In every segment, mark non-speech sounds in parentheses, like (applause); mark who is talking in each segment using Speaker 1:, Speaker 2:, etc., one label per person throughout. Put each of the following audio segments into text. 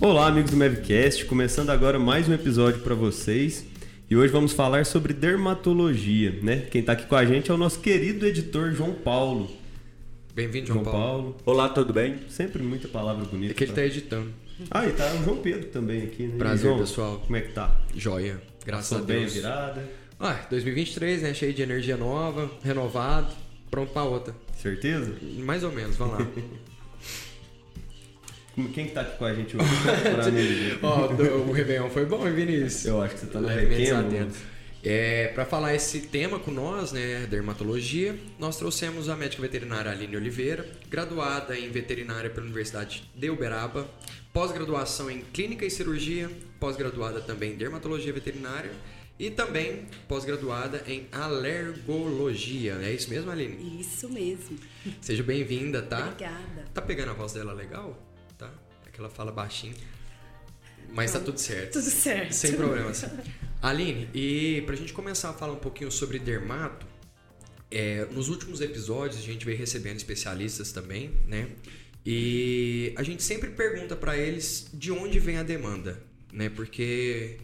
Speaker 1: Olá, amigos do Mavcast, começando agora mais um episódio para vocês. E hoje vamos falar sobre dermatologia, né? Quem tá aqui com a gente é o nosso querido editor João Paulo.
Speaker 2: Bem-vindo, João, Paulo.
Speaker 3: Olá, tudo bem?
Speaker 1: sempre muita palavra bonita.
Speaker 2: É que ele tá
Speaker 1: pra-
Speaker 2: editando.
Speaker 1: Ah, e tá o João Pedro também aqui, né?
Speaker 2: Prazer,
Speaker 1: E aí, João,
Speaker 2: pessoal.
Speaker 1: Como é que tá?
Speaker 2: Joia. Graças
Speaker 1: Sou
Speaker 2: a
Speaker 1: bem
Speaker 2: Deus.
Speaker 1: virada,
Speaker 2: Ah, 2023, né? Cheio de energia nova, renovado, pronto pra outra.
Speaker 1: certeza?
Speaker 2: Mais ou menos, vamos lá.
Speaker 1: Como- Quem que tá aqui com a gente hoje? pra
Speaker 2: (laughs)
Speaker 1: analisar?
Speaker 2: (laughs) Ó, do- o Réveillon foi bom, hein, Vinícius?
Speaker 1: Eu acho que você tá no
Speaker 2: Levemente
Speaker 1: requeiro.
Speaker 2: atento. É, para falar esse tema com nós, né, dermatologia, nós trouxemos a médica veterinária Aline Oliveira, graduada em veterinária pela Universidade de Uberaba, pós-graduação em clínica e cirurgia, pós-graduada também em dermatologia veterinária e também pós-graduada em alergologia. É isso mesmo, Aline?
Speaker 4: Isso mesmo.
Speaker 2: Seja bem-vinda, tá?
Speaker 4: Obrigada.
Speaker 2: Tá pegando a voz dela legal? Tá? É que ela fala baixinho. Mas tá tudo certo.
Speaker 4: Tudo certo.
Speaker 2: Sem problemas. Aline, e pra gente começar a falar um pouquinho sobre dermato, é, nos últimos episódios a gente veio recebendo especialistas também, né? E a gente sempre pergunta pra eles de onde vem a demanda, né? Porque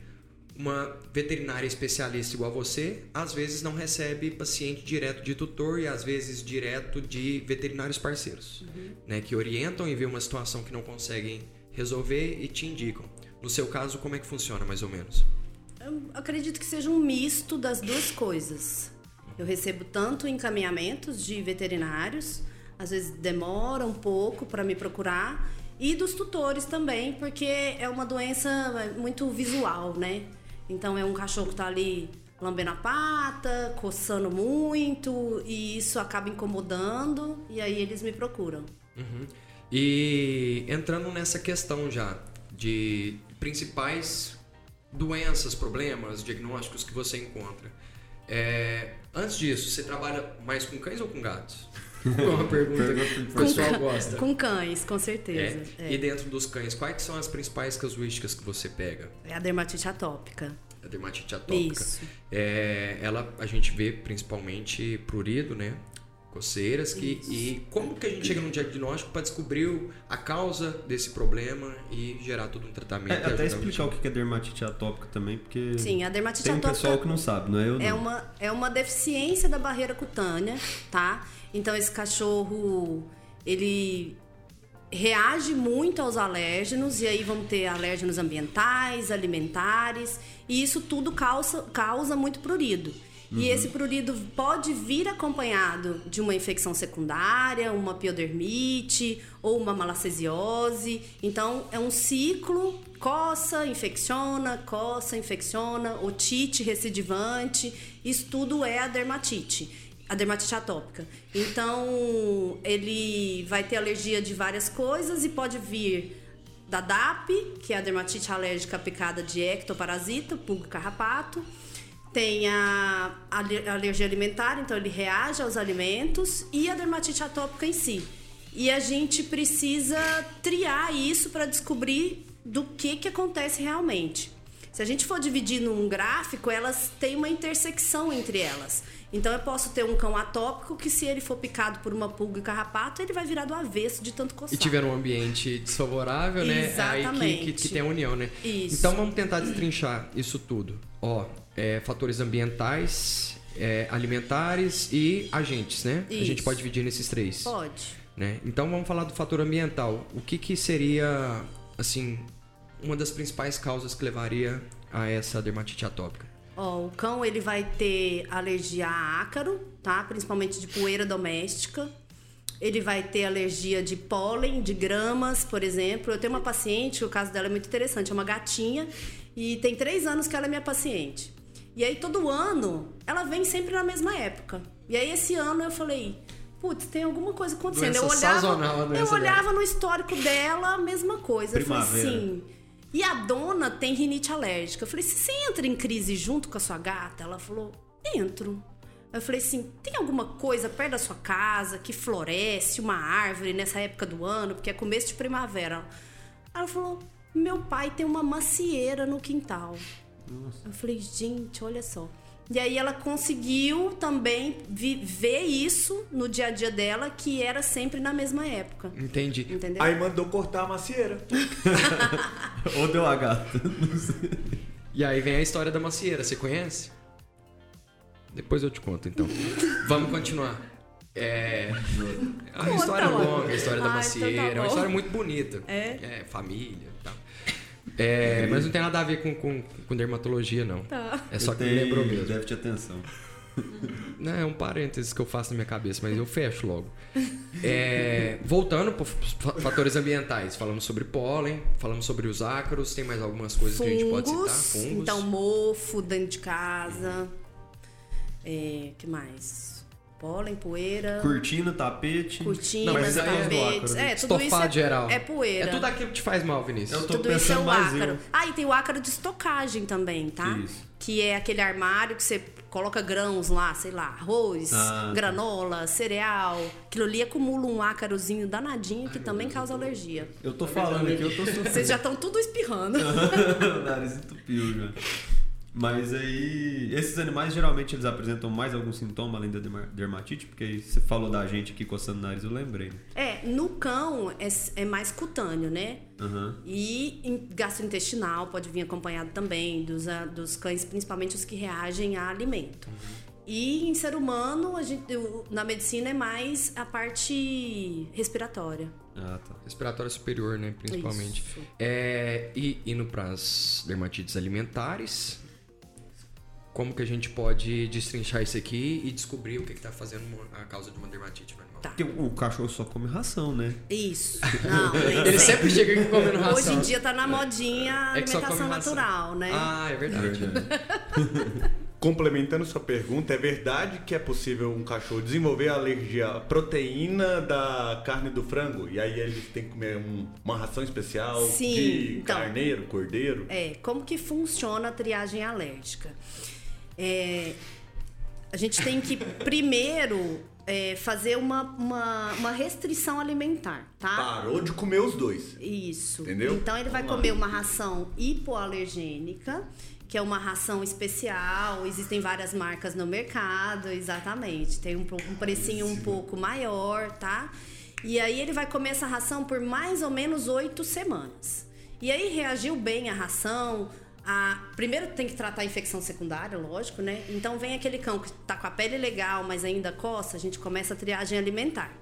Speaker 2: uma veterinária especialista igual você, às vezes não recebe paciente direto de tutor e às vezes direto de veterinários parceiros, né? Que orientam e vê uma situação que não conseguem resolver e te indicam. No seu caso, como é que funciona mais ou menos?
Speaker 4: Eu acredito que seja um misto das duas coisas. Eu recebo tanto encaminhamentos de veterinários, às vezes demora um pouco para me procurar, e dos tutores também, porque é uma doença muito visual, né? Então é um cachorro que tá ali lambendo a pata, coçando muito, e isso acaba incomodando, e aí eles me procuram.
Speaker 2: Uhum. E entrando nessa questão já de principais doenças, problemas, diagnósticos que você encontra. É, antes disso, você trabalha mais com cães ou com gatos? É uma pergunta que o pessoal
Speaker 4: cã-
Speaker 2: gosta.
Speaker 4: com cães, com
Speaker 2: É.
Speaker 4: certeza. É.
Speaker 2: E dentro dos cães, quais que são as principais casuísticas que você pega?
Speaker 4: É a dermatite atópica.
Speaker 2: A dermatite atópica.
Speaker 4: Isso.
Speaker 2: É, ela a gente vê principalmente prurido, né? Coceiras que e como que a gente chega num diagnóstico para descobrir o- a causa desse problema e gerar todo um tratamento.
Speaker 1: É,
Speaker 2: e ajudar
Speaker 1: até
Speaker 2: o
Speaker 1: explicar o que é dermatite atópica também, porque
Speaker 4: Sim, a dermatite
Speaker 1: tem um
Speaker 4: atópica
Speaker 1: pessoal que não sabe, não é eu não.
Speaker 4: é uma, é uma deficiência da barreira cutânea, tá? Então esse cachorro, ele reage muito aos alérgenos e aí vão ter alérgenos ambientais, alimentares, e isso tudo causa, causa muito prurido. E esse prurido pode vir acompanhado de uma infecção secundária, uma piodermite ou uma malacesiose. Então é um ciclo coça, infecciona, coça, infecciona, otite recidivante. Isso tudo é a dermatite a dermatite atópica. Então, ele vai ter alergia de várias coisas e pode vir da DAP, que é a dermatite alérgica picada de ectoparasita, pulga e carrapato. Tem a ale- alergia alimentar, então ele reage aos alimentos e a dermatite atópica em si. E a gente precisa triar isso para descobrir do que, que acontece realmente. Se a gente for dividir num gráfico, elas têm uma intersecção entre elas. Então eu posso ter um cão atópico que se ele for picado por uma pulga e carrapato, ele vai virar do avesso de tanto coçar.
Speaker 2: E tiver um ambiente desfavorável, né? Aí que- que,
Speaker 4: Exatamente.
Speaker 2: que tem a união, né?
Speaker 4: Isso.
Speaker 2: Então vamos tentar destrinchar isso tudo. Ó, é, fatores ambientais, é, alimentares e agentes, né? A gente
Speaker 4: Isso.
Speaker 2: pode dividir nesses três.
Speaker 4: Pode.
Speaker 2: né? Então vamos falar do fator ambiental. O que, que seria, assim, uma das principais causas que levaria a essa dermatite atópica?
Speaker 4: Ó, o cão ele vai ter alergia a ácaro, tá? Principalmente de poeira doméstica. Ele vai ter alergia de pólen, de gramas, por exemplo. Eu tenho uma paciente, o caso dela é muito interessante, é uma gatinha e tem três anos que ela é minha paciente. E aí todo ano ela vem sempre na mesma época. E aí esse ano eu falei, putz, tem alguma coisa acontecendo.
Speaker 2: Doença
Speaker 4: eu olhava,
Speaker 2: sazonal, né, a doença
Speaker 4: eu
Speaker 2: dela.
Speaker 4: olhava no histórico dela, a mesma coisa. Eu falei,
Speaker 1: Primavera.
Speaker 4: sim. E a dona tem rinite alérgica. Eu falei, você entra em crise junto com a sua gata? Ela falou, entro. Eu falei assim, tem alguma coisa perto da sua casa que floresce, uma árvore nessa época do ano, porque é começo de primavera. Ela falou, meu pai tem uma macieira no quintal. Eu falei, gente, olha só. E aí ela conseguiu também vi- ver isso no dia a dia dela, que era sempre na mesma época.
Speaker 2: Entendi.
Speaker 4: Entendeu?
Speaker 3: Aí mandou cortar a macieira.
Speaker 1: Ou deu a gata. Não sei.
Speaker 2: E aí vem a história da macieira, você conhece? Depois eu te conto,
Speaker 4: (laughs)
Speaker 2: então. Vamos continuar. É. É uma
Speaker 4: Conta,
Speaker 2: história
Speaker 4: mano.
Speaker 2: longa, a história da
Speaker 4: Ah, então
Speaker 2: macieira.
Speaker 4: tá
Speaker 2: é uma
Speaker 4: bom.
Speaker 2: história muito bonita.
Speaker 4: É?
Speaker 2: família e tal. É, mas não tem nada a ver com, com, com dermatologia, não.
Speaker 4: Tá.
Speaker 2: É só que me
Speaker 1: Tem-
Speaker 2: lembrou mesmo.
Speaker 1: Deve te atenção.
Speaker 2: Não, é um parênteses que eu faço na minha cabeça, mas eu fecho logo. É, voltando para fatores ambientais, falamos sobre pólen, falamos sobre os ácaros, tem mais algumas coisas que a gente pode citar? Fungos.
Speaker 4: Então, mofo dentro de casa. É, que mais? Pólen, poeira,
Speaker 1: Cortina, tapete.
Speaker 4: cortinas,
Speaker 2: Não, mas aí é
Speaker 4: tapetes.
Speaker 1: do ácaro,
Speaker 4: É,
Speaker 1: né?
Speaker 4: tudo isso é,
Speaker 2: Estofado geral.
Speaker 4: é poeira.
Speaker 2: É tudo aquilo que te faz mal, Vinícius.
Speaker 1: Eu tô
Speaker 4: Tudo isso é
Speaker 1: pensando
Speaker 4: o
Speaker 1: mais
Speaker 4: ácaro.
Speaker 1: eu.
Speaker 4: Ah, e tem o ácaro de estocagem também, tá?
Speaker 1: Isso.
Speaker 4: Que é aquele armário que você coloca grãos lá, sei lá, arroz,
Speaker 1: Ah, tá.
Speaker 4: granola, cereal. Aquilo ali acumula um ácarozinho danadinho que também causa alergia.
Speaker 1: Eu tô falando aqui, eu tô
Speaker 4: Vocês já estão tudo espirrando.
Speaker 1: sofrendo. (laughs) o nariz entupiu já. Mas aí, esses animais geralmente eles apresentam mais algum sintoma além da derma- dermatite, porque aí você falou da gente aqui coçando o nariz, eu lembrei.
Speaker 4: É, no cão é, é mais cutâneo, né?
Speaker 1: Aham.
Speaker 4: E em- gastrointestinal pode vir acompanhado também dos, ah, dos cães, principalmente os que reagem a alimento.
Speaker 2: Uhum.
Speaker 4: E em ser humano, a gente, o- na medicina, é mais a parte respiratória.
Speaker 1: Ah, tá.
Speaker 2: Respiratório superior, né, principalmente.
Speaker 4: Isso.
Speaker 2: É, e indo para as dermatites alimentares, como que a gente pode destrinchar isso aqui e descobrir o que está fazendo uma- a causa de uma dermatite no animal?
Speaker 4: Tá.
Speaker 1: Porque o cachorro só come ração, né?
Speaker 4: Isso. Não, nem
Speaker 2: (laughs) Ele sempre chega aqui comendo ração.
Speaker 4: Hoje em dia tá na modinha a
Speaker 2: É que só
Speaker 4: alimentação
Speaker 2: come ração.
Speaker 4: natural, né?
Speaker 2: Ah, é verdade.
Speaker 3: Complementando sua pergunta, é verdade que é possível um cachorro desenvolver alergia à proteína da carne do frango? E aí ele tem que comer um- uma ração especial
Speaker 4: Sim,
Speaker 3: de
Speaker 4: então.
Speaker 3: carneiro, cordeiro?
Speaker 4: É, como que funciona a triagem alérgica? É, a gente tem que primeiro é, fazer uma, uma, uma restrição alimentar, tá?
Speaker 3: Parou de comer os dois.
Speaker 4: Isso.
Speaker 3: Entendeu?
Speaker 4: Então ele vai
Speaker 3: Vamos lá.
Speaker 4: comer uma ração hipoalergênica, que é uma ração especial, existem várias marcas no mercado, exatamente. Tem um, po- um precinho um pouco maior, tá? E aí ele vai comer essa ração por mais ou menos oito semanas. E aí reagiu bem a ração. a- Primeiro tem que tratar a infecção secundária, lógico, né? Então vem aquele cão que tá com a pele legal, mas ainda coça, a gente começa a triagem alimentar.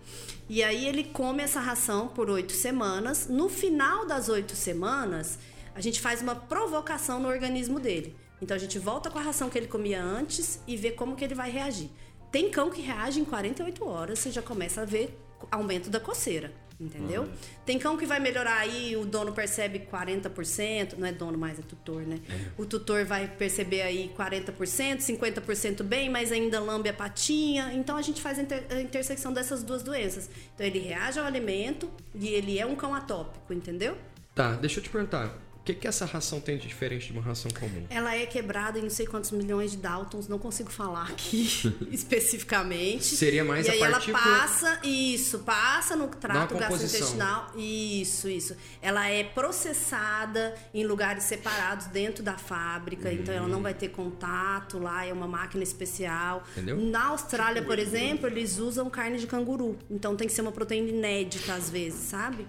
Speaker 4: E aí ele come essa ração por oito semanas. No final das oito semanas, a gente faz uma provocação no organismo dele. Então a gente volta com a ração que ele comia antes e vê como que ele vai reagir. Tem cão que reage em 48 horas, você já começa a ver aumento da coceira, entendeu? Tem cão que vai melhorar aí, o dono percebe 40%, não é dono mais, é tutor, né? O tutor vai perceber aí 40%, 50% bem, mas ainda lambe a patinha. Então a gente faz a, inter- a intersecção dessas duas doenças. Então ele reage ao alimento e ele é um cão atópico, entendeu?
Speaker 2: Tá, deixa eu te perguntar. O que, que essa ração tem de diferente de uma ração comum?
Speaker 4: Ela é quebrada em não sei quantos milhões de Daltons, não consigo falar aqui
Speaker 2: (laughs)
Speaker 4: especificamente.
Speaker 2: Seria mais
Speaker 4: e
Speaker 2: a
Speaker 4: aí
Speaker 2: partícula-
Speaker 4: ela passa, isso, passa no trato
Speaker 2: composição.
Speaker 4: gastrointestinal. Isso, isso. Ela é processada em lugares separados dentro da fábrica, então ela
Speaker 2: Uhum.
Speaker 4: não vai ter contato lá, é uma máquina especial.
Speaker 2: Entendeu?
Speaker 4: Na Austrália, por exemplo, eles usam carne de canguru, então tem que ser uma proteína inédita às vezes, sabe?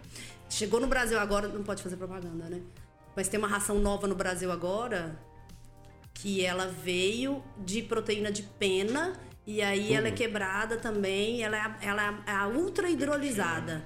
Speaker 4: Chegou no Brasil agora, não pode fazer propaganda, né? Mas tem uma ração nova no Brasil agora, que ela veio de proteína de pena e aí ela é quebrada também, ela é, a- ela é a ultra hidrolisada.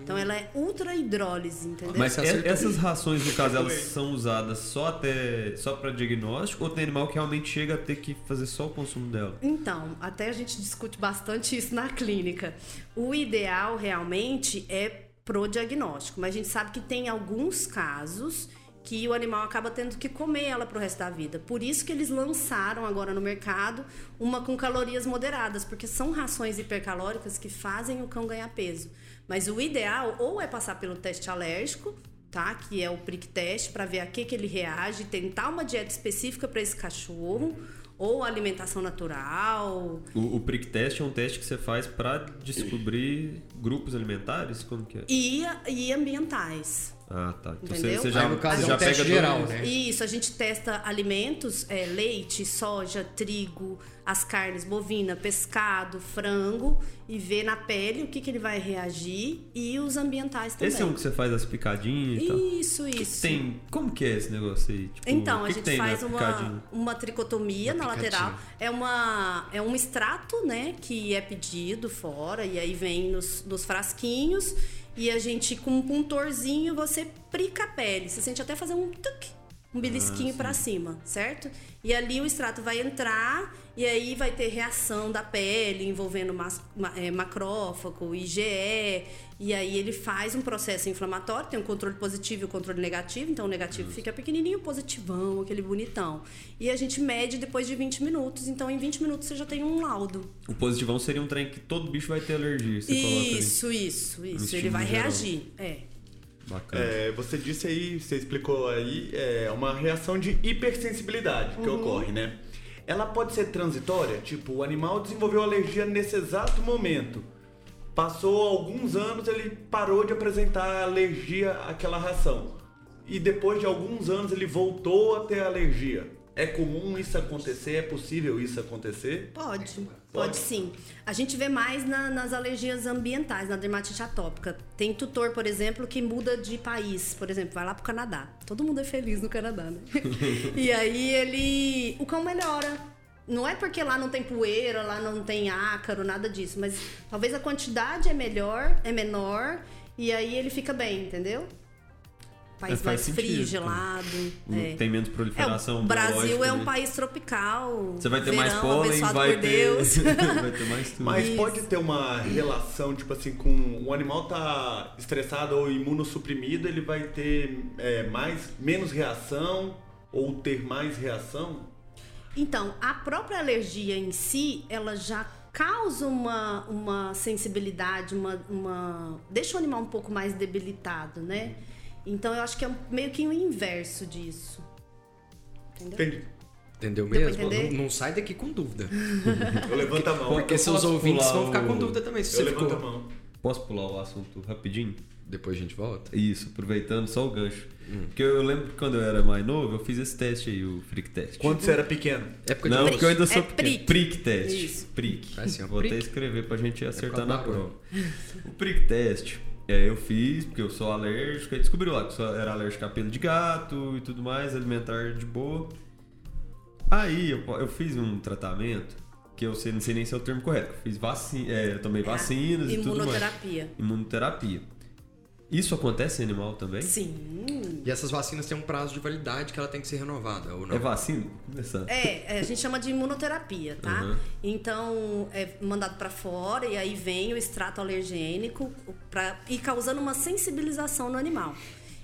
Speaker 4: Então ela é ultra hidrólise, entendeu?
Speaker 1: Mas
Speaker 2: Você
Speaker 1: e-
Speaker 2: acertou.
Speaker 1: essas rações, no caso, elas são usadas só até só para diagnóstico ou tem animal que realmente chega a ter que fazer só o consumo dela?
Speaker 4: Então, até a gente discute bastante isso na clínica. O ideal realmente é pro diagnóstico, mas a gente sabe que tem alguns casos que o animal acaba tendo que comer ela pro resto da vida. Por isso que eles lançaram agora no mercado uma com calorias moderadas, porque são rações hipercalóricas que fazem o cão ganhar peso. Mas o ideal ou é passar pelo teste alérgico, tá? Que é o prick test para ver a que, que ele reage, tentar uma dieta específica para esse cachorro ou alimentação natural.
Speaker 1: O, o prick test é um teste que você faz para descobrir grupos alimentares? Como que é?
Speaker 4: E, e ambientais.
Speaker 1: Ah, tá. Então você,
Speaker 4: Entendeu?
Speaker 1: você já,
Speaker 2: Aí, no caso,
Speaker 1: você
Speaker 2: é um
Speaker 1: já
Speaker 2: teste
Speaker 1: pega
Speaker 2: geral,
Speaker 1: dois.
Speaker 2: né?
Speaker 4: Isso, a gente testa alimentos, é, leite, soja, trigo, as carnes bovina, pescado, frango e vê na pele o que, que ele vai reagir e os ambientais também.
Speaker 1: Esse é um que você faz as picadinhas e tal.
Speaker 4: Isso, isso.
Speaker 1: Tem. Como que é esse negócio aí? Tipo,
Speaker 4: Então,
Speaker 1: o
Speaker 4: a
Speaker 1: que que
Speaker 4: gente
Speaker 1: tem
Speaker 4: faz
Speaker 1: na
Speaker 4: uma,
Speaker 1: picadinha?
Speaker 4: uma tricotomia
Speaker 2: Na
Speaker 4: na
Speaker 2: picadinha.
Speaker 4: lateral. É, uma, é um extrato, né, que é pedido fora, e aí vem nos, nos frasquinhos, e a gente, com um puntorzinho, você prica a pele. Você sente até fazer um tuc, um belisquinho
Speaker 1: Ah,
Speaker 4: pra cima, certo? E ali o extrato vai entrar, e aí vai ter reação da pele, envolvendo mas, ma- é, macrófago, IgE, e aí ele faz um processo inflamatório, tem um controle positivo e um controle negativo, então o negativo fica pequenininho, o positivão, aquele bonitão. E a gente mede depois de 20 minutos, então em 20 minutos você já tem um laudo.
Speaker 1: O positivão seria um trem que todo bicho vai ter alergia. Você
Speaker 4: Isso, isso, isso. Ele
Speaker 1: estímulo
Speaker 4: vai
Speaker 1: geral.
Speaker 4: reagir. É.
Speaker 1: coloca ali. Bacana.
Speaker 3: É, você disse aí, você explicou aí, é uma reação de hipersensibilidade que ocorre, né? Ela pode ser transitória, tipo, o animal desenvolveu alergia nesse exato momento. Passou alguns anos, ele parou de apresentar alergia àquela ração. E depois de alguns anos ele voltou a ter alergia. É comum isso acontecer? É possível isso acontecer?
Speaker 4: Pode, pode, sim. A gente vê mais na- nas alergias ambientais, na dermatite atópica. Tem tutor, por exemplo, que muda de país, por exemplo, vai lá pro Canadá. Todo mundo é feliz no Canadá,
Speaker 1: (laughs)
Speaker 4: né? e aí ele. O cão melhora. Não é porque lá não tem poeira, lá não tem ácaro, nada disso, mas talvez a quantidade é melhor, é menor, e aí ele fica bem, entendeu? País
Speaker 1: É, faz
Speaker 4: mais frio,
Speaker 1: sentido, Hum.
Speaker 4: gelado.
Speaker 1: Não
Speaker 4: é.
Speaker 1: Tem menos
Speaker 4: É,
Speaker 1: proliferação.
Speaker 4: o Brasil
Speaker 1: biológica,
Speaker 4: é um
Speaker 1: né?
Speaker 4: país tropical.
Speaker 1: Você vai ter mais
Speaker 4: verão,
Speaker 1: pólen,
Speaker 4: abençoado
Speaker 1: vai
Speaker 4: por
Speaker 1: ter.
Speaker 4: Deus.
Speaker 1: (laughs) vai ter mais tudo.
Speaker 3: Mas pode ter uma relação, tipo assim, com o animal tá estressado ou imunossuprimido, ele vai ter é, mais, menos reação ou ter mais reação?
Speaker 4: Então, a própria alergia em si, ela já causa uma, uma sensibilidade, uma, uma- deixa o animal um pouco mais debilitado, né? Então, eu acho que é um- meio que o inverso disso. Entendeu?
Speaker 3: Entendi.
Speaker 2: Entendeu
Speaker 4: Deu pra
Speaker 2: mesmo?
Speaker 4: entender?
Speaker 2: Não, não sai daqui com dúvida.
Speaker 3: Eu levanto a mão.
Speaker 2: Porque
Speaker 1: eu
Speaker 2: seus
Speaker 1: posso
Speaker 2: ouvintes
Speaker 1: pular
Speaker 2: vão ficar
Speaker 1: o-
Speaker 2: com dúvida também. Se
Speaker 3: Eu
Speaker 2: você
Speaker 3: levanto a
Speaker 2: ficou...
Speaker 3: mão.
Speaker 1: Posso pular o assunto rapidinho?
Speaker 2: Depois a gente volta.
Speaker 1: Isso, aproveitando só o gancho. Porque eu lembro que quando eu era mais novo, eu fiz esse teste aí, o freak test.
Speaker 3: Quando você era pequeno?
Speaker 2: Época de
Speaker 1: Não,
Speaker 2: volta.
Speaker 1: porque eu ainda sou
Speaker 4: É prick.
Speaker 1: pequeno. prick test.
Speaker 4: Isso.
Speaker 1: Prick.
Speaker 2: Vai ser um
Speaker 1: Vou até
Speaker 2: prick. É
Speaker 1: escrever pra gente acertar
Speaker 2: causa
Speaker 1: na
Speaker 2: da
Speaker 1: prova. O prick test, é, eu fiz porque eu sou alérgico. Aí descobriu lá que eu sou- era alérgico a pelo de gato e tudo mais, alimentar de boa. Aí eu, eu fiz um tratamento que eu sei, não sei nem se é o termo correto. Eu fiz vacina, é, eu tomei
Speaker 4: É a
Speaker 1: vacinas e tudo mais.
Speaker 4: Imunoterapia.
Speaker 1: Imunoterapia. Isso acontece em animal também?
Speaker 4: Sim.
Speaker 2: E essas vacinas têm um prazo de validade que ela tem que ser renovada, ou não?
Speaker 1: É vacina? Começando.
Speaker 4: É, é, a gente chama de imunoterapia, tá?
Speaker 1: Uhum.
Speaker 4: Então, é mandado pra fora e aí vem o extrato alergênico pra, e causando uma sensibilização no animal.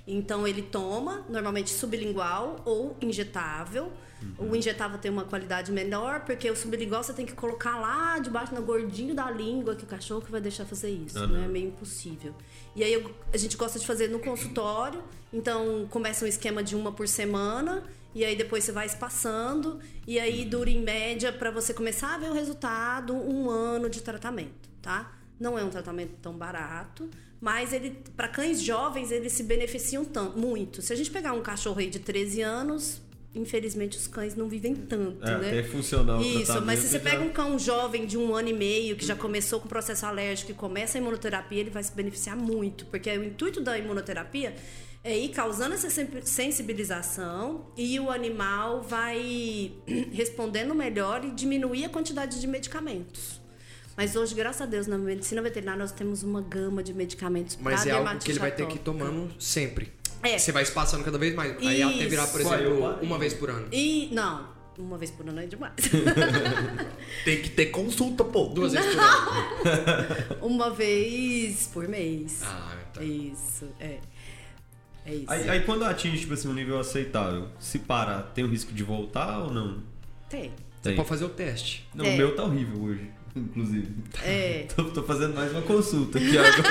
Speaker 4: Então, ele toma, normalmente sublingual ou injetável. O injetável tem uma qualidade menor, porque o sublingual você tem que colocar lá debaixo, no gordinho da língua, que o cachorro que vai deixar fazer isso,
Speaker 1: Ah,
Speaker 4: né?
Speaker 1: não.
Speaker 4: É meio impossível. E aí eu- a gente gosta de fazer no consultório, então começa um esquema de uma por semana, e aí depois você vai espaçando, e aí dura em média para você começar a ver o resultado um ano de tratamento, tá? Não é um tratamento tão barato, mas ele para cães jovens eles se beneficiam tão, muito. Se a gente pegar um cachorro aí de 13 anos, infelizmente os cães não vivem tanto,
Speaker 1: É,
Speaker 4: né?
Speaker 1: até funcionar o
Speaker 4: Isso,
Speaker 1: tratamento
Speaker 4: mas se você
Speaker 1: já-
Speaker 4: pega um cão jovem de um ano e meio, que já começou com processo alérgico e começa a imunoterapia, ele vai se beneficiar muito, porque o intuito da imunoterapia é ir causando essa sen- sensibilização e o animal vai (clears throat) respondendo melhor e diminuir a quantidade de medicamentos. Mas hoje, graças a Deus, na medicina veterinária nós temos uma gama de medicamentos para
Speaker 2: Mas é algo
Speaker 4: dermatite
Speaker 2: que ele vai ter que ir
Speaker 4: atópica.
Speaker 2: tomando sempre.
Speaker 4: É.
Speaker 2: Você vai espaçando cada vez mais. Aí até virar, por
Speaker 1: Isso.
Speaker 2: exemplo, uma vez por ano.
Speaker 4: É, E não, uma vez por ano é demais. (laughs)
Speaker 3: Tem que ter consulta, pô.
Speaker 2: Duas vezes por ano.
Speaker 4: uma vez por mês.
Speaker 2: Ah, tá.
Speaker 4: Isso, é. É isso.
Speaker 1: Aí, aí quando atinge, tipo assim, um nível aceitável, se parar, tem o risco de voltar ou não?
Speaker 4: Tem.
Speaker 1: Tem.
Speaker 2: Pode fazer o teste.
Speaker 1: Não,
Speaker 4: É.
Speaker 1: o meu tá horrível hoje, inclusive. (laughs)
Speaker 4: É.
Speaker 1: Tô, tô fazendo mais uma consulta aqui agora.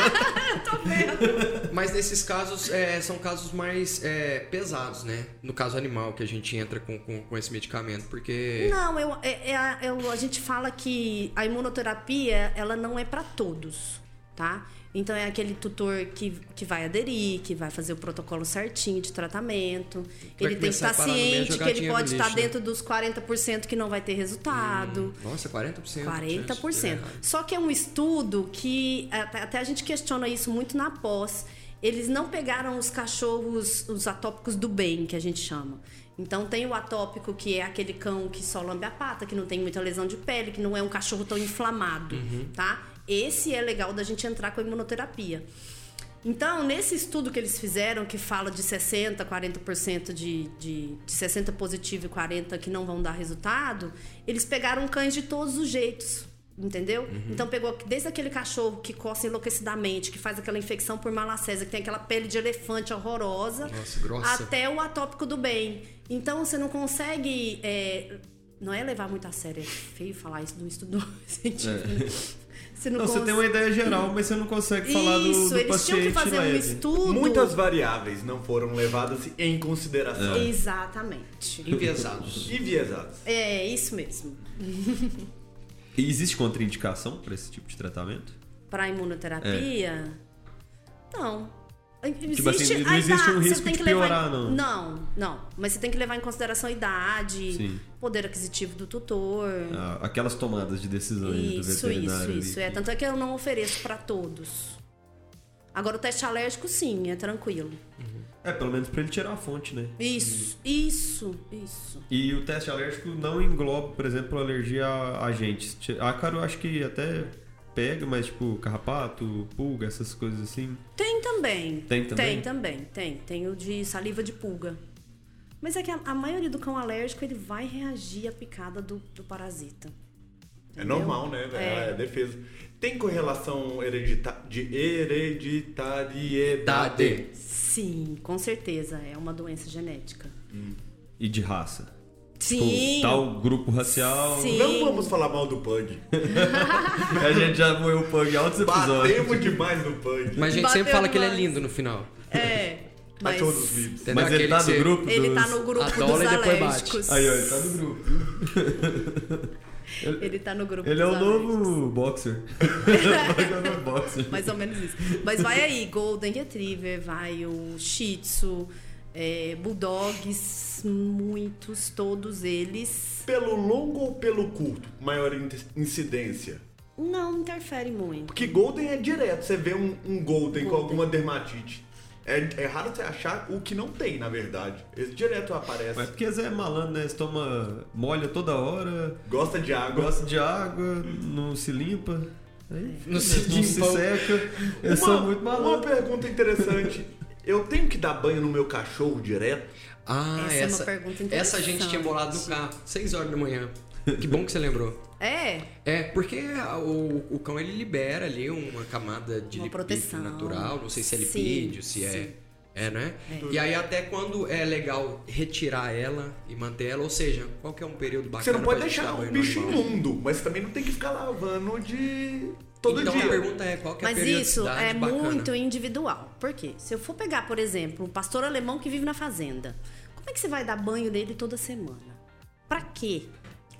Speaker 2: Mas nesses casos, é, são casos mais é, pesados, né? No caso animal, que a gente entra com, com, com esse medicamento, porque...
Speaker 4: Não, eu, é- é a- eu- a gente fala que a imunoterapia, ela não é para todos. tá? Então é aquele tutor que, que vai aderir, que vai fazer o protocolo certinho de tratamento.
Speaker 2: é vai
Speaker 4: ele tem que
Speaker 2: começar a
Speaker 4: estar
Speaker 2: parar no meio e
Speaker 4: ciente que
Speaker 2: jogar
Speaker 4: ele
Speaker 2: dinheiro
Speaker 4: pode
Speaker 2: no
Speaker 4: estar
Speaker 2: lixo, né?
Speaker 4: dentro dos 40% que não vai ter resultado.
Speaker 2: Nossa, 40%.
Speaker 4: 40%.
Speaker 2: gente, é
Speaker 4: Só que é um estudo que até até a gente questiona isso muito na pós. Eles não pegaram os cachorros, os atópicos do bem, que a gente chama. Então tem o atópico, que é aquele cão que só lambe a pata, que não tem muita lesão de pele, que não é um cachorro tão inflamado, tá? Esse é legal da gente entrar com a imunoterapia. Então, nesse estudo que eles fizeram, que fala de 60%, 40% de, de, de 60 positivo e 40 que não vão dar resultado, eles pegaram cães de todos os jeitos. Entendeu?
Speaker 2: Uhum.
Speaker 4: Então pegou desde aquele cachorro que coça enlouquecidamente, que faz aquela infecção por malacésia, que tem aquela pele de elefante horrorosa,
Speaker 2: Nossa, grossa.
Speaker 4: até o atópico do bem. Então você não consegue. é, não é levar muito a sério, é feio falar isso de um estudo (laughs) científico. né?
Speaker 2: É.
Speaker 4: Você
Speaker 1: Não, você
Speaker 4: consegue-
Speaker 1: tem um uma ideia geral, mas você não consegue falar do,
Speaker 4: isso,
Speaker 1: do
Speaker 4: eles tinham
Speaker 1: paciente
Speaker 4: que fazer um
Speaker 1: leve.
Speaker 4: estudo.
Speaker 3: Muitas variáveis não foram levadas em consideração.
Speaker 4: É. Exatamente.
Speaker 2: Enviesados.
Speaker 3: Enviesadas.
Speaker 4: É isso mesmo.
Speaker 1: E existe contraindicação para esse tipo de tratamento?
Speaker 4: Para imunoterapia? Não. Existe,
Speaker 1: É. assim, não
Speaker 4: a
Speaker 1: existe
Speaker 4: idade,
Speaker 1: um
Speaker 4: você
Speaker 1: risco
Speaker 4: tem
Speaker 1: de
Speaker 4: que levar em-
Speaker 1: piorar, não.
Speaker 4: Não, não. Mas você tem que levar em consideração a idade,
Speaker 1: Sim.
Speaker 4: poder aquisitivo do tutor.
Speaker 1: Ah, Aquelas tomadas de decisões do
Speaker 4: isso, isso,
Speaker 1: veterinário.
Speaker 4: isso.
Speaker 1: ali.
Speaker 4: É, tanto é que eu não ofereço para todos. Agora o teste alérgico sim, é tranquilo.
Speaker 1: É, pelo menos para ele tirar a fonte, né?
Speaker 4: Isso, isso, isso.
Speaker 1: E o teste alérgico não engloba, por exemplo, alergia a agentes. A cara eu acho que até pega, mas tipo carrapato, pulga, essas coisas assim.
Speaker 4: Tem também.
Speaker 1: Tem também?
Speaker 4: Tem também, tem. Tem o de saliva de pulga. Mas é que a, a maioria do cão alérgico, ele vai reagir à picada do, do parasita.
Speaker 3: É
Speaker 4: Entendeu?
Speaker 3: normal, né? velho?
Speaker 4: É.
Speaker 3: É. defesa. Tem correlação heredita de hereditariedade.
Speaker 2: Dade.
Speaker 4: Sim, com certeza. É uma doença genética.
Speaker 1: E de raça. Tipo,
Speaker 4: Sim.
Speaker 1: tal grupo racial.
Speaker 4: Sim.
Speaker 3: Não vamos falar mal do pug.
Speaker 1: (laughs) A gente já moeu o pug em altos episódios.
Speaker 3: Batemos demais no pug.
Speaker 2: Mas a gente
Speaker 4: Bateu
Speaker 2: sempre fala que ele é
Speaker 4: demais.
Speaker 2: lindo no final.
Speaker 1: (laughs)
Speaker 4: É. Mas
Speaker 3: Achou dos livros.
Speaker 2: Entendeu?
Speaker 1: Mas ele
Speaker 2: Aquele
Speaker 1: tá
Speaker 2: que
Speaker 1: no
Speaker 2: você-
Speaker 1: grupo
Speaker 4: ele
Speaker 1: dos...
Speaker 4: tá no grupo dos
Speaker 2: Adola e depois bate.
Speaker 4: alérgicos.
Speaker 1: Aí, ó, ele tá no grupo.
Speaker 4: Ele tá no grupo
Speaker 1: Ele é
Speaker 4: dos
Speaker 1: o
Speaker 4: alérgicos.
Speaker 1: novo boxer. (laughs) Ele é o novo boxer.
Speaker 4: Mais ou menos isso. Mas
Speaker 1: (laughs)
Speaker 4: vai aí, Golden Retriever, vai o Shih Tzu, é, Bulldogs, muitos, todos eles.
Speaker 3: Pelo longo ou pelo curto? Maior in- incidência.
Speaker 4: Não interfere muito.
Speaker 3: Porque Golden é direto. Você vê um, um golden, com alguma dermatite. É, é raro você achar o que não tem, na verdade. Esse direto aparece.
Speaker 1: Mas porque Zé é malandro, né? Eles toma molha toda hora,
Speaker 3: Gosta de água.
Speaker 1: gosta de água, não se limpa. aí
Speaker 2: Não se
Speaker 1: não se
Speaker 2: limpa.
Speaker 1: seca. Eu sou muito
Speaker 3: uma
Speaker 1: malandro.
Speaker 3: pergunta interessante. Eu tenho que dar banho no meu cachorro direto?
Speaker 2: Ah,
Speaker 4: Essa é uma
Speaker 2: essa,
Speaker 4: pergunta
Speaker 2: essa a gente tinha bolado no carro, 6 horas da manhã. Que bom que você lembrou.
Speaker 4: É,
Speaker 2: É, porque a- o, o cão ele libera ali uma camada de
Speaker 4: Uma
Speaker 2: lipídio
Speaker 4: proteção.
Speaker 2: natural, não sei se é
Speaker 4: Sim,
Speaker 2: lipídio, se é.
Speaker 4: sim.
Speaker 2: É, né? E aí até quando é legal retirar ela e manter ela, ou seja, qual que é um período bacana
Speaker 3: Você não pode
Speaker 2: pra gente dar
Speaker 3: deixar um o
Speaker 2: banho no
Speaker 3: bicho
Speaker 2: animal?
Speaker 3: imundo, mas também não tem que ficar lavando de todo
Speaker 2: então
Speaker 3: dia.
Speaker 2: a pergunta é qual que é a
Speaker 4: mas isso
Speaker 2: periodicidade
Speaker 4: é
Speaker 2: bacana?
Speaker 4: muito individual. Por quê? Se eu for pegar, por exemplo, um pastor alemão que vive na fazenda, como é que você vai dar banho nele toda semana? Pra quê?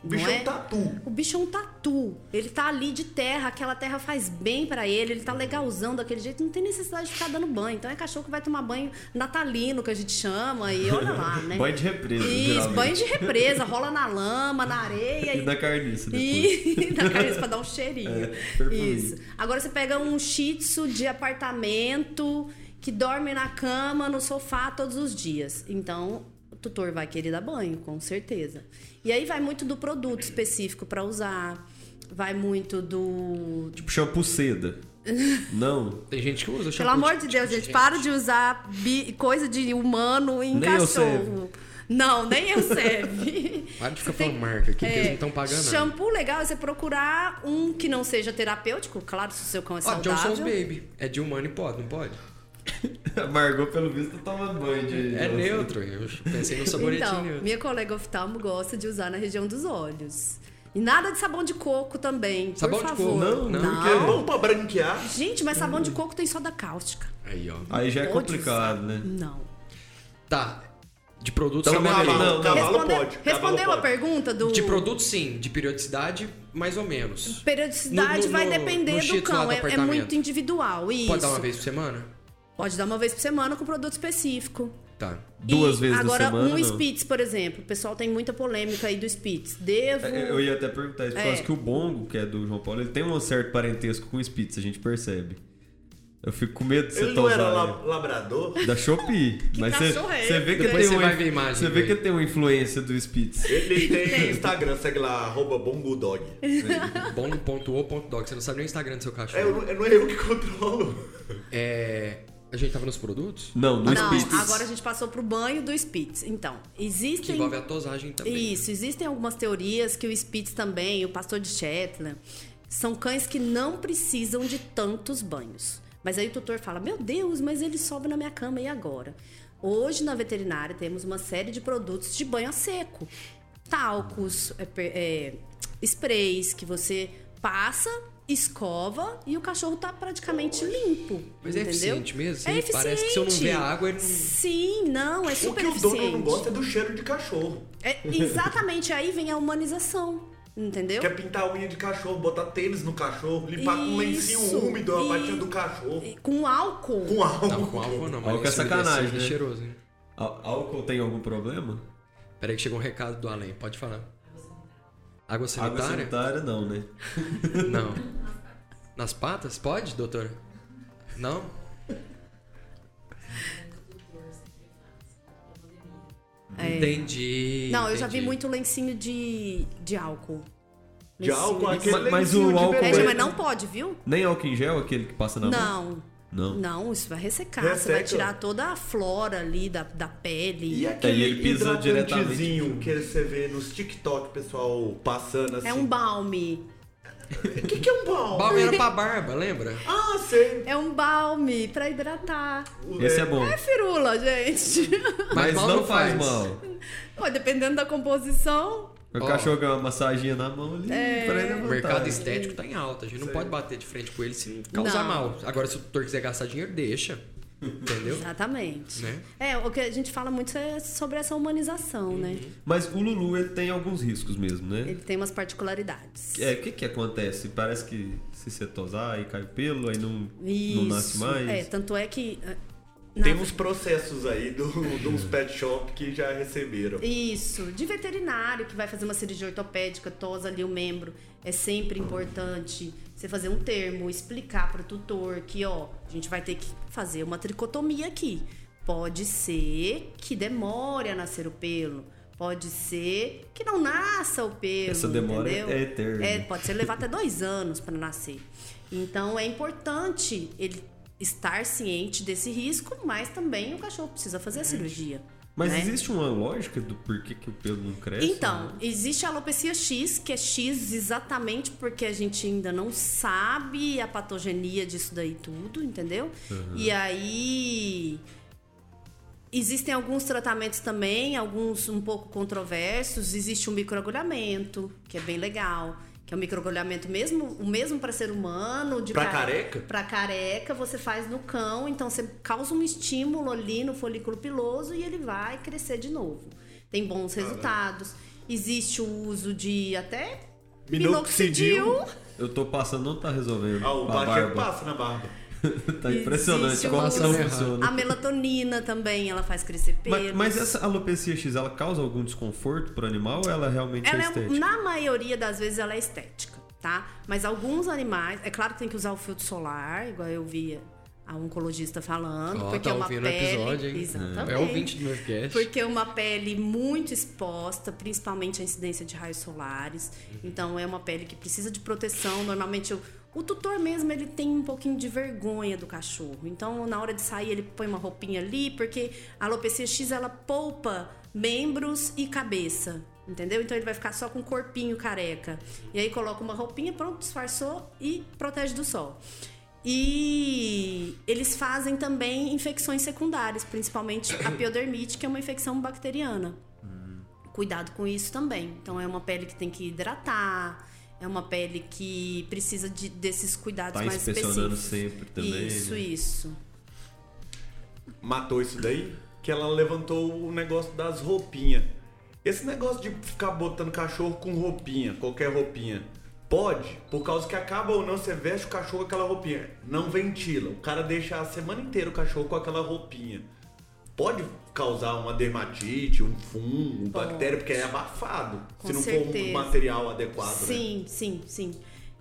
Speaker 3: O bicho
Speaker 4: Não
Speaker 3: é um tatu.
Speaker 4: O bicho é um tatu. Ele tá ali de terra, aquela terra faz bem pra ele, ele tá legalzão daquele jeito, não tem necessidade de ficar dando banho. Então é cachorro que vai tomar banho natalino, que a gente chama, e olha lá, né?
Speaker 1: Banho de represa,
Speaker 4: Isso,
Speaker 1: geralmente.
Speaker 4: banho de represa, rola na lama, na areia.
Speaker 1: (laughs) E na carniça depois.
Speaker 4: E (laughs) na carniça pra dar um cheirinho.
Speaker 1: perfuminho.
Speaker 4: Isso. Agora você pega um shih tzu de apartamento que dorme na cama, no sofá todos os dias. Então, o tutor vai querer dar banho, com certeza. E aí vai muito do produto específico pra usar. Vai muito do.
Speaker 1: Tipo, shampoo seda. Não, (laughs)
Speaker 2: Tem gente que usa
Speaker 4: Pelo
Speaker 2: shampoo tipo
Speaker 4: amor de Deus, gente, para de usar bi- coisa de humano em
Speaker 1: Nem eu
Speaker 4: cachorro. Não, nem eu serve.
Speaker 2: (laughs) Para de
Speaker 4: Você
Speaker 2: ficar
Speaker 4: é,
Speaker 2: falando marca aqui, que eles não estão pagando né? nada.
Speaker 4: Shampoo legal é você procurar um que não seja terapêutico, claro, se o seu cão é
Speaker 2: Ó,
Speaker 4: saudável.
Speaker 2: Ah, Johnson's Baby. É de humano e pode, não pode?
Speaker 1: a Margot, pelo visto, tá tomando banho de.
Speaker 2: É neutro. Eu pensei no sabonetinho
Speaker 4: então,
Speaker 2: neutro.
Speaker 4: minha colega oftalmo gosta de usar na região dos olhos. E nada de sabão de coco também,
Speaker 2: Sabão de
Speaker 4: por
Speaker 2: coco,
Speaker 4: favor.
Speaker 2: não, não,
Speaker 4: Ah.
Speaker 3: É bom pra branquear.
Speaker 4: Gente, mas sabão de coco tem soda cáustica.
Speaker 2: Aí, ó.
Speaker 1: Aí já é
Speaker 4: Pode
Speaker 1: complicado,
Speaker 4: usar.
Speaker 1: né?
Speaker 4: Não.
Speaker 2: Tá. De produtos
Speaker 1: Então,
Speaker 2: também
Speaker 1: cavalo,
Speaker 2: não.
Speaker 1: não. Cavalo
Speaker 4: Respondeu-
Speaker 3: pode, cavalo
Speaker 4: Respondeu a
Speaker 3: pode.
Speaker 4: pergunta do.
Speaker 2: De produtos sim, de periodicidade mais ou menos.
Speaker 4: Periodicidade
Speaker 2: No- no-
Speaker 4: vai
Speaker 2: no-
Speaker 4: depender
Speaker 2: no
Speaker 4: do
Speaker 2: cheat lá
Speaker 4: cão,
Speaker 2: do
Speaker 4: é- é,
Speaker 2: apartamento.
Speaker 4: muito individual. Isso.
Speaker 2: Pode dar uma vez por semana?
Speaker 4: Pode dar uma vez por semana com produto específico.
Speaker 2: Tá.
Speaker 1: Duas
Speaker 4: E
Speaker 1: vezes na
Speaker 4: agora,
Speaker 1: semana.
Speaker 4: um
Speaker 1: não?
Speaker 4: Spitz, por exemplo. O pessoal tem muita polêmica aí do Spitz. Devo.
Speaker 1: É, Eu ia até perguntar isso, por causa
Speaker 4: É.
Speaker 1: que o Bongo, que é do João Paulo, ele tem um certo parentesco com o Spitz, a gente percebe. Eu fico com medo de você
Speaker 3: Ele
Speaker 1: tá
Speaker 3: não era
Speaker 1: usando.
Speaker 3: la- labrador?
Speaker 1: Da Shopee. mas você,
Speaker 4: cachorro é
Speaker 1: você
Speaker 4: esse?
Speaker 1: vê que
Speaker 2: Depois
Speaker 1: tem
Speaker 2: você
Speaker 1: uma,
Speaker 2: vai ver a imagem,
Speaker 1: Você vê
Speaker 2: velho.
Speaker 1: que tem uma influência do Spitz.
Speaker 3: Ele
Speaker 4: (laughs)
Speaker 3: tem Instagram, segue lá, arroba bongudog.
Speaker 2: Bom.o.dog. Você não sabe nem o Instagram do seu
Speaker 3: É, eu,
Speaker 2: cachorro.
Speaker 3: não- não é eu que controlo.
Speaker 2: É. A gente tava nos produtos?
Speaker 1: Não, no
Speaker 4: Ah, Não,
Speaker 1: Spitz.
Speaker 4: agora a gente passou pro banho do Spitz. Então,
Speaker 2: Que
Speaker 4: existem.
Speaker 2: envolve a tosagem também. né?
Speaker 4: Isso, existem algumas teorias que o Spitz também, o pastor de Shetland, são cães que não precisam de tantos banhos. Mas aí o tutor fala: Meu Deus, mas ele sobe na minha cama e agora? Hoje na veterinária temos uma série de produtos de banho a seco: talcos, é, pe- é, sprays que você passa, escova e o cachorro tá praticamente limpo.
Speaker 2: Mas é
Speaker 4: entendeu?
Speaker 2: eficiente mesmo? Ele parece que se eu não ver a água, ele não-
Speaker 4: Sim, não, é
Speaker 3: O
Speaker 4: super
Speaker 3: que o
Speaker 4: eficiente.
Speaker 3: dono não gosta é do cheiro de cachorro.
Speaker 4: É, exatamente aí vem a humanização, entendeu?
Speaker 3: Quer pintar a unha de cachorro, botar tênis no cachorro, limpar com um
Speaker 4: Isso,
Speaker 3: lencinho úmido a
Speaker 4: e-
Speaker 3: patinha do cachorro.
Speaker 4: E Com álcool.
Speaker 3: Com álcool.
Speaker 2: Não, com álcool não, mas
Speaker 1: Álcool é
Speaker 2: esse
Speaker 1: sacanagem,
Speaker 2: desse é
Speaker 1: né?
Speaker 2: cheiroso, hein?
Speaker 1: Á- Álcool tem algum problema?
Speaker 2: Peraí que chegou um recado do além, pode falar.
Speaker 1: Água
Speaker 2: Água sanitária?
Speaker 1: sanitária não, né?
Speaker 2: Não. Nas patas? Pode, doutora? Não? Entendi.
Speaker 4: É. Não, eu já vi
Speaker 2: entendi.
Speaker 4: muito lencinho de, de álcool.
Speaker 3: De álcool, é
Speaker 4: Lencinho.
Speaker 3: aquele
Speaker 1: Mas- mas o
Speaker 3: lencinho de
Speaker 1: álcool
Speaker 3: bebê.
Speaker 4: É, gente, mas não pode, viu?
Speaker 1: Nem álcool em gel, aquele que passa na mão?
Speaker 4: Não.
Speaker 1: Não.
Speaker 4: Não, isso vai ressecar. Você
Speaker 3: Resseca.
Speaker 4: vai tirar toda a flora ali da, da pele.
Speaker 3: E é
Speaker 1: Aí
Speaker 3: aquele
Speaker 1: ele pisa diretamente.
Speaker 3: hidratantezinho que você vê nos TikTok, pessoal, passando assim.
Speaker 4: É um balme.
Speaker 3: O que, que é um balde?
Speaker 2: Balme
Speaker 4: (laughs)
Speaker 2: era pra barba, lembra?
Speaker 3: Ah, sei.
Speaker 4: É um balme pra hidratar.
Speaker 1: Esse é bom.
Speaker 4: É firula, gente. (laughs)
Speaker 1: Mas,
Speaker 2: mal
Speaker 1: não,
Speaker 2: não
Speaker 1: faz
Speaker 2: faz.
Speaker 1: mal.
Speaker 4: Pô, dependendo da composição.
Speaker 1: O
Speaker 2: Ó.
Speaker 1: cachorro ganha uma massaginha na mão ali. pra ele é
Speaker 2: O
Speaker 1: vantagem.
Speaker 2: mercado estético tá em alta, a gente não pode bater de frente com ele se causar
Speaker 4: Não.
Speaker 2: mal. Agora, se o tutor quiser gastar dinheiro, deixa. Entendeu?
Speaker 4: Exatamente.
Speaker 2: Né?
Speaker 4: É, o que a gente fala muito é sobre essa humanização, né?
Speaker 1: Mas o Lulu, ele tem alguns riscos mesmo, né?
Speaker 4: Ele tem umas particularidades.
Speaker 1: É, o que que acontece? Parece que se você tosar e cai o pelo, aí não, não nasce mais. um
Speaker 4: É, tanto é que. ah, na-
Speaker 3: Tem uns processos aí do, de uns pet shop que já receberam.
Speaker 4: Isso, de veterinário que vai fazer uma cirurgia ortopédica, tosa ali o membro. É sempre importante você fazer um termo, explicar para o tutor que, ó, a gente vai ter que fazer uma tricotomia aqui. Pode ser que demore a nascer o pelo. Pode ser que não nasça o pelo.
Speaker 1: Essa demora
Speaker 4: entendeu?
Speaker 1: é eterna.
Speaker 4: É, pode ser levar até dois anos para nascer. Então é importante ele estar ciente desse risco, mas também o cachorro precisa fazer a cirurgia.
Speaker 1: É. Mas
Speaker 4: né?
Speaker 1: existe né? uma lógica do porquê que o pelo não cresce?
Speaker 4: Então, existe a alopecia X, que é X exatamente porque a gente ainda não sabe a patogenia disso daí tudo, entendeu? E aí existem alguns tratamentos também, alguns um pouco controversos. Existe o microagulhamento, que é bem legal. Que é o microagulhamento mesmo, o mesmo para ser humano, de
Speaker 3: Pra
Speaker 4: care-
Speaker 3: careca?
Speaker 4: Pra careca, você faz no cão, então você causa um estímulo ali no folículo piloso e ele vai crescer de novo. Tem bons resultados. Existe o uso de até
Speaker 3: Minoxidil.
Speaker 1: Eu tô passando, não tá resolvendo.
Speaker 3: Ah, o
Speaker 1: a barba.
Speaker 3: Pacheco passa na barba.
Speaker 1: tá impressionante
Speaker 4: Existe
Speaker 1: como que não
Speaker 2: o-
Speaker 1: funciona.
Speaker 4: A melatonina também, ela faz crescer pelo.
Speaker 1: Mas, mas essa alopecia X, ela causa algum desconforto pro animal ou ela realmente é
Speaker 4: Ela é,
Speaker 1: estética?
Speaker 4: na maioria das vezes ela é estética, tá? Mas alguns animais, é claro que tem que usar o filtro solar, igual eu via a oncologista falando,
Speaker 2: Ó, tá
Speaker 4: porque é uma
Speaker 2: ouvindo o
Speaker 4: pele,
Speaker 2: episódio, hein?
Speaker 4: exatamente.
Speaker 2: É ouvinte do meu podcast.
Speaker 4: Porque é uma pele muito exposta, principalmente à incidência de raios solares. Então é uma pele que precisa de proteção. Normalmente o, o tutor mesmo ele tem um pouquinho de vergonha do cachorro. Então na hora de sair ele põe uma roupinha ali, porque a alopecia X ela poupa membros e cabeça. Entendeu? Então ele vai ficar só com o corpinho careca. E aí coloca uma roupinha, pronto, disfarçou e protege do sol. E eles fazem também infecções secundárias, principalmente a piodermite, que é uma infecção bacteriana. Cuidado com isso também. Então é uma pele que tem que hidratar, é uma pele que precisa de- desses cuidados
Speaker 1: Tá
Speaker 4: mais
Speaker 1: inspecionando né?
Speaker 4: específicos.
Speaker 1: sempre também,
Speaker 4: Isso,
Speaker 1: né?
Speaker 4: isso.
Speaker 3: Matou isso daí? que ela levantou o negócio das roupinhas. Esse negócio de ficar botando cachorro com roupinha, qualquer roupinha, pode, por causa que acaba ou não, você veste o cachorro com aquela roupinha. Não ventila. O cara deixa a semana inteira o cachorro com aquela roupinha. Pode causar uma dermatite, um fungo,
Speaker 4: Pode.
Speaker 3: bactéria, porque é abafado.
Speaker 4: Com
Speaker 3: se não for um
Speaker 4: certeza.
Speaker 3: material adequado. né?
Speaker 4: Sim, sim, sim.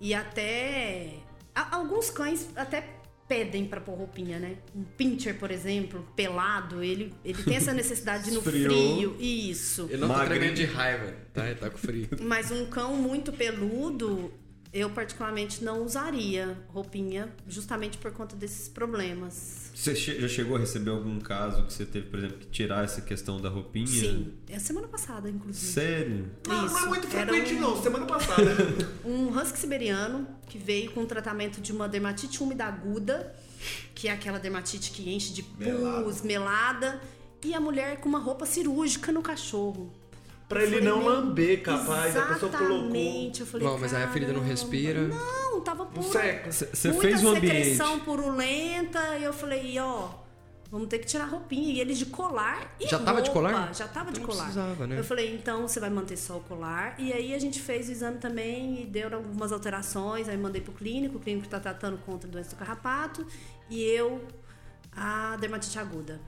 Speaker 4: E até. a- Alguns cães até pedem pra pôr roupinha, né? Um pincher, por exemplo, pelado, ele, ele tem essa necessidade de ir no
Speaker 1: (laughs) Esfriou.
Speaker 4: frio. Isso.
Speaker 2: Eu não tô
Speaker 1: Magrinho.
Speaker 2: tremendo de raiva, tá? Ele tá com
Speaker 4: (laughs)
Speaker 2: frio.
Speaker 4: Mas um cão muito peludo, eu particularmente não usaria roupinha, justamente por conta desses problemas.
Speaker 1: Você che- já chegou a receber algum caso que você teve, por exemplo, que tirar essa questão da roupinha?
Speaker 4: Sim. É semana passada, inclusive.
Speaker 1: Sério?
Speaker 3: Não, não é
Speaker 4: Isso.
Speaker 3: muito
Speaker 4: Era
Speaker 3: frequente,
Speaker 4: um-
Speaker 3: não. Semana passada.
Speaker 4: um husky siberiano que veio com tratamento de uma dermatite úmida aguda, que é aquela dermatite que enche de pus, melada, e a mulher com uma roupa cirúrgica no cachorro.
Speaker 3: (laughs) pra ele
Speaker 4: Falei,
Speaker 3: não
Speaker 4: "Meu,
Speaker 3: lamber, capaz. A pessoa colocou.
Speaker 4: Exatamente. Eu falei,
Speaker 2: Bom, mas aí a ferida não
Speaker 4: "Caramba,
Speaker 2: respira."
Speaker 4: Não, tava
Speaker 3: Um
Speaker 4: pura.
Speaker 3: seco.
Speaker 1: Você
Speaker 4: muita
Speaker 1: fez um ambiente.
Speaker 4: secreção
Speaker 1: (laughs)
Speaker 4: purulenta, e eu falei, ó, vamos ter que tirar a roupinha. E ele de colar e
Speaker 2: Já tava de
Speaker 4: roupa.
Speaker 2: colar?
Speaker 4: Já tava de
Speaker 2: Então não
Speaker 4: colar.
Speaker 2: precisava, né?
Speaker 4: Eu falei, então você vai manter só o colar. E aí a gente fez o exame também e deu algumas alterações. Aí mandei pro clínico, o clínico tá tratando contra a doença do carrapato. E eu, a dermatite aguda.